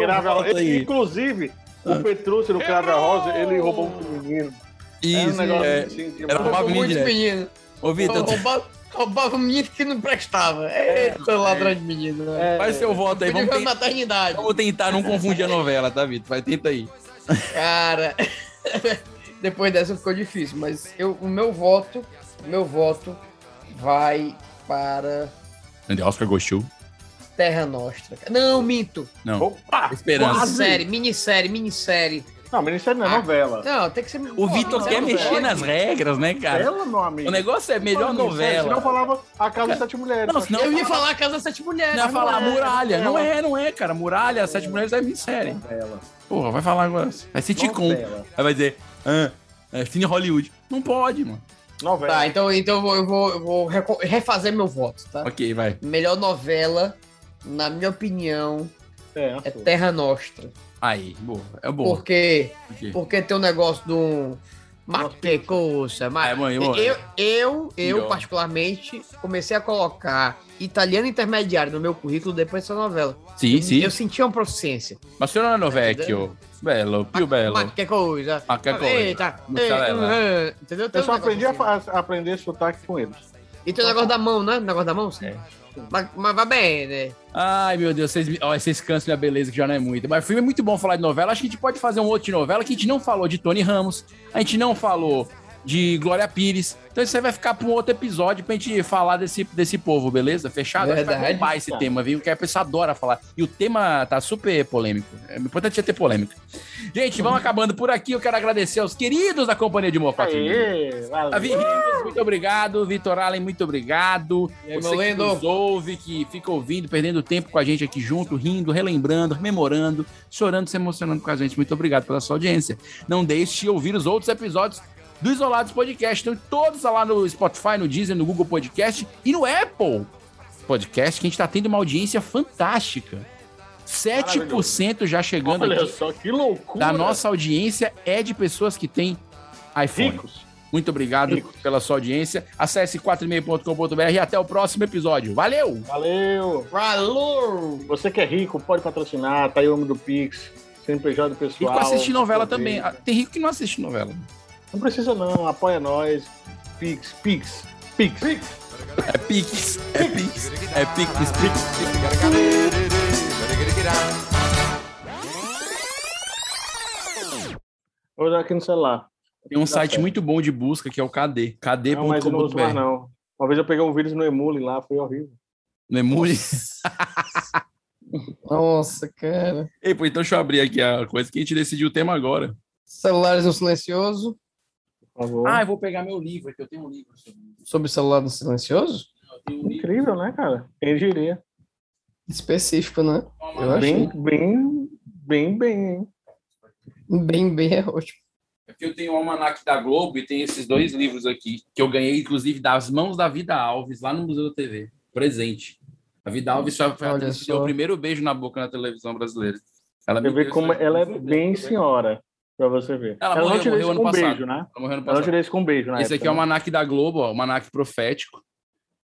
Crave a rosa. volto aí. Ah. Inclusive, o Petrúcio no crave a rosa, ele roubou um menino. um Isso, é, demais. era roubado menino Muito direto. menino. Ô, Vitor, Roubava, roubava o menino que não prestava. Eita, ladrão de menino. né? faz seu voto aí. Ele Vamos, vai ten- maternidade. vamos tentar não confundir a novela, tá, Vitor? Vai, tenta aí. Cara, depois dessa ficou difícil, mas eu, o meu voto, o meu voto vai para André Oscar Gostou. Terra Nostra. Não, minto. Não. Opa, Esperança. Ah, Minissérie, minissérie, minissérie. Ah, Não, minissérie não é novela. Não, tem que ser. O Vitor é um quer mexer nas regras, né, cara? Novela, meu amigo. O negócio é melhor É um Não, novela. Senão eu falava A Casa das Sete Mulheres. Não, senão- eu ia falar Casa das Sete Mulheres. Não, ia mas falar é. muralha. Não é, não é, cara. Muralha, Sete Mulheres é minissérie. Porra, vai falar agora. Vai ser ticom. Novela. Aí vai dizer, ah, é Cine Hollywood. Não pode, mano. Novela. Tá, então, então eu vou, eu vou- eu vou reco- refazer meu voto, tá? Ok, vai. Melhor novela, na minha opinião, é, Terra Nostra. Aí, boa. É boa. Porque, Ok. porque tem um negócio do. Matecoça, mas É, mãe, eu, mãe. eu, eu, Melhor. particularmente, comecei a colocar italiano intermediário no meu currículo depois dessa novela. Sim, eu, sim. Eu senti uma proficiência. Mas senhora né? Novecchio, bello, più bello. Mas que coisa. Ma che coisa. Eita, Mussarela. eh, uh, entendeu? Tem Eu um só negócio aprendi a, fa- a aprender sotaque com eles. E tem o negócio da mão, né? O negócio da mão, É. sim. Mas, mas vai bem, né? Ai, meu Deus, vocês, me- ó, vocês cansam da beleza que já não é muito. Mas filme é muito bom falar de novela. Acho que a gente pode fazer um outro de novela que a gente não falou de Tony Ramos, a gente não falou de Glória Pires. Então isso aí vai ficar para um outro episódio pra gente falar desse, desse povo, beleza? Fechado? Acho que Vai Verdade. bombar esse Tá. tema, viu? Que a pessoa adora falar. E o tema tá super polêmico. É importante é ter polêmica. Gente, vamos acabando por aqui. Eu quero agradecer aos queridos da Companhia de Mocote. Aê, Davi valeu. Rios, muito obrigado. Vitor Allen, muito obrigado. E aí, Você meu que lindo? nos ouve, que fica ouvindo, perdendo tempo com a gente aqui junto, rindo, relembrando, rememorando, chorando, se emocionando com a gente. Muito obrigado pela sua audiência. Não deixe de ouvir os outros episódios do Isolados Podcast. Estão todos lá no Spotify, no Deezer, no Google Podcast e no Apple Podcast, que a gente está tendo uma audiência fantástica. 7% já chegando Olha aqui só, que loucura. da nossa audiência é de pessoas que têm iPhone. Ricos. Muito obrigado pela sua audiência. Acesse 46.com.br e até o próximo episódio. Valeu! Valeu. Valeu. Você que é rico, pode patrocinar. Tá aí o homem do Pix. CNPJ do E pessoal. com assistir novela também. aproveita. Ah, Tem rico que não assiste novela. Não precisa não, apoia nós. Pix, Pix, Pix. Pix. É Pix, é Pix, é Pix, Pix. Vou olhar aqui no celular. Tem um site muito bom de busca que é o KD. Não, mas eu não uso mais KD.com.br. não. Uma vez eu peguei um vírus no Emule lá, foi horrível. Não é mule? Nossa, cara. Ei, pô, então deixa eu abrir aqui a coisa que a gente decidiu o tema agora. Celulares no silencioso. Por favor. Ah, eu vou pegar meu livro, que eu tenho um livro sobre isso. um Sobre celular no silencioso? Incrível, né, cara? Quem diria? Específico, né? Eu Bem, achei. bem, bem, bem, hein? Bem, bem é ótimo. É porque eu tenho o Almanac da Globo e tem esses dois livros aqui, que eu ganhei, inclusive, das mãos da Vida Alves, lá no Museu da TV. Presente. A Vida Alves foi a foi a Olha atriz que deu só. o primeiro beijo na boca na televisão brasileira. Ela Você me vê deu como esse- ela é bem senhora, pra você ver. Ela não morreu- tirou morreu isso ano com um passado. beijo, né? Ela morreu no Ela não passado. tirou isso com um beijo, né? Esse aqui é o Almanac da Globo, ó, o Almanac Profético,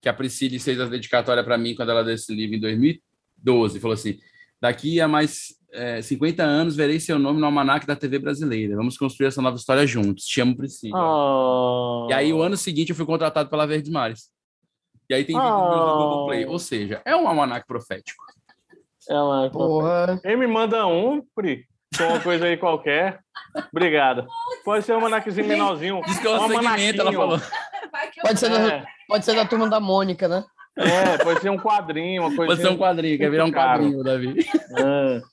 que a Priscila fez a dedicatória para mim quando ela deu esse livro em 2012. Falou assim: daqui a mais eh, 50 anos verei seu nome no Almanac da TV brasileira. Vamos construir essa nova história juntos. Te amo, né? Priscila. Ah, Oh. E aí, o ano seguinte, eu fui contratado pela Verdes Mares. E aí tem vídeo Oh. do Google Play. Ou seja, é um almanac profético. Ela... Porra. Quem me manda um, Pri, com uma coisa aí qualquer. Obrigado. Pode ser um almanaczinho menorzinho. Diz que é um um segmento, ela almanaquinho. falou. Pode É, ser, da, pode ser da turma da Mônica, né? é, pode ser um quadrinho, uma coisa Pode ser um quadrinho, quer virar um quadrinho, Davi.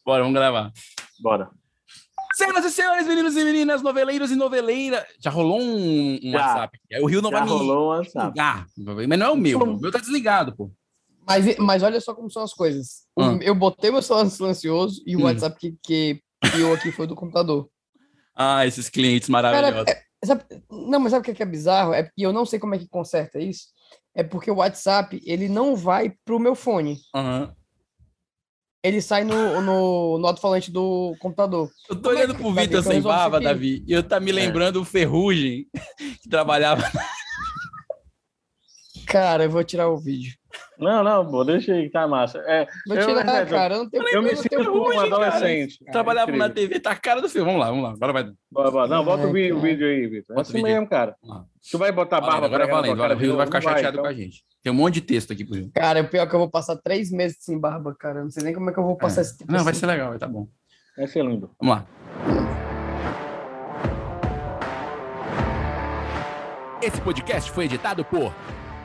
Bora, vamos gravar. Bora. Senhoras e senhores, meninos e meninas, noveleiros e noveleiras. Já rolou um, um Já. WhatsApp. Aí O Rio não Já vai me rolou um WhatsApp. ligar. Mas não é o meu. O meu tá desligado, pô. Mas, mas olha só como são as coisas. Ah. Eu botei meu celular no silencioso e o Hum. WhatsApp que, que eu aqui foi do computador. Ah, esses clientes Cara, maravilhosos. é- sabe- não, mas sabe o que é, que é bizarro? É porque eu não sei como é que conserta isso. É porque o WhatsApp, ele não vai pro meu fone. Aham. Ele sai no, no, no alto-falante do computador. Eu é tô olhando tá, pro Vitor sem barba, Davi, e eu tá me lembrando o Ferrugem, que trabalhava. Cara, eu vou tirar o vídeo. Não, não, pô, deixa aí que tá massa. É, Vou eu, tirar, é, cara. Eu não tenho eu me eu não tenho sinto como um culpa. adolescente. cara, trabalhava incrível. na TV, tá a cara do filme. Vamos lá, vamos lá. Agora vai. Bora, bora. Não, bota o Ai, vi- o cara. vídeo aí, Vitor. É Bota o assim vídeo aí. mesmo, cara. Tu vai botar Valendo, barba Tá agora branca na valendo, tua cara valendo. O de Rio vai novo? ficar Não chateado então. com a gente. Tem um monte de texto aqui pro Rio. Cara, o pior é que eu vou passar três meses sem barba, cara. Eu não sei nem como é que eu vou passar esse tempo Não, assim. vai ser legal, vai tá bom. Vai ser lindo. Vamos lá. Esse podcast foi editado por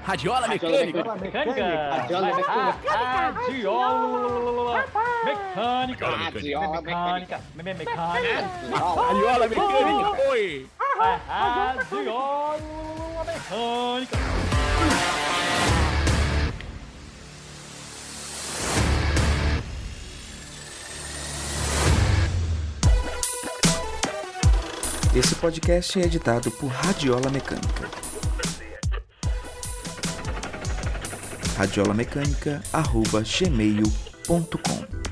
Radiola Mecânica. Ah, Radiola mecânica. Radiola mecânica. Radiola Mecânica. Radiola Mecânica. me- me- Mecânica. Radiola mecânica. Oi. É radiola mecânica. Esse podcast é editado por Radiola Mecânica. radiolamecânica.gmail.com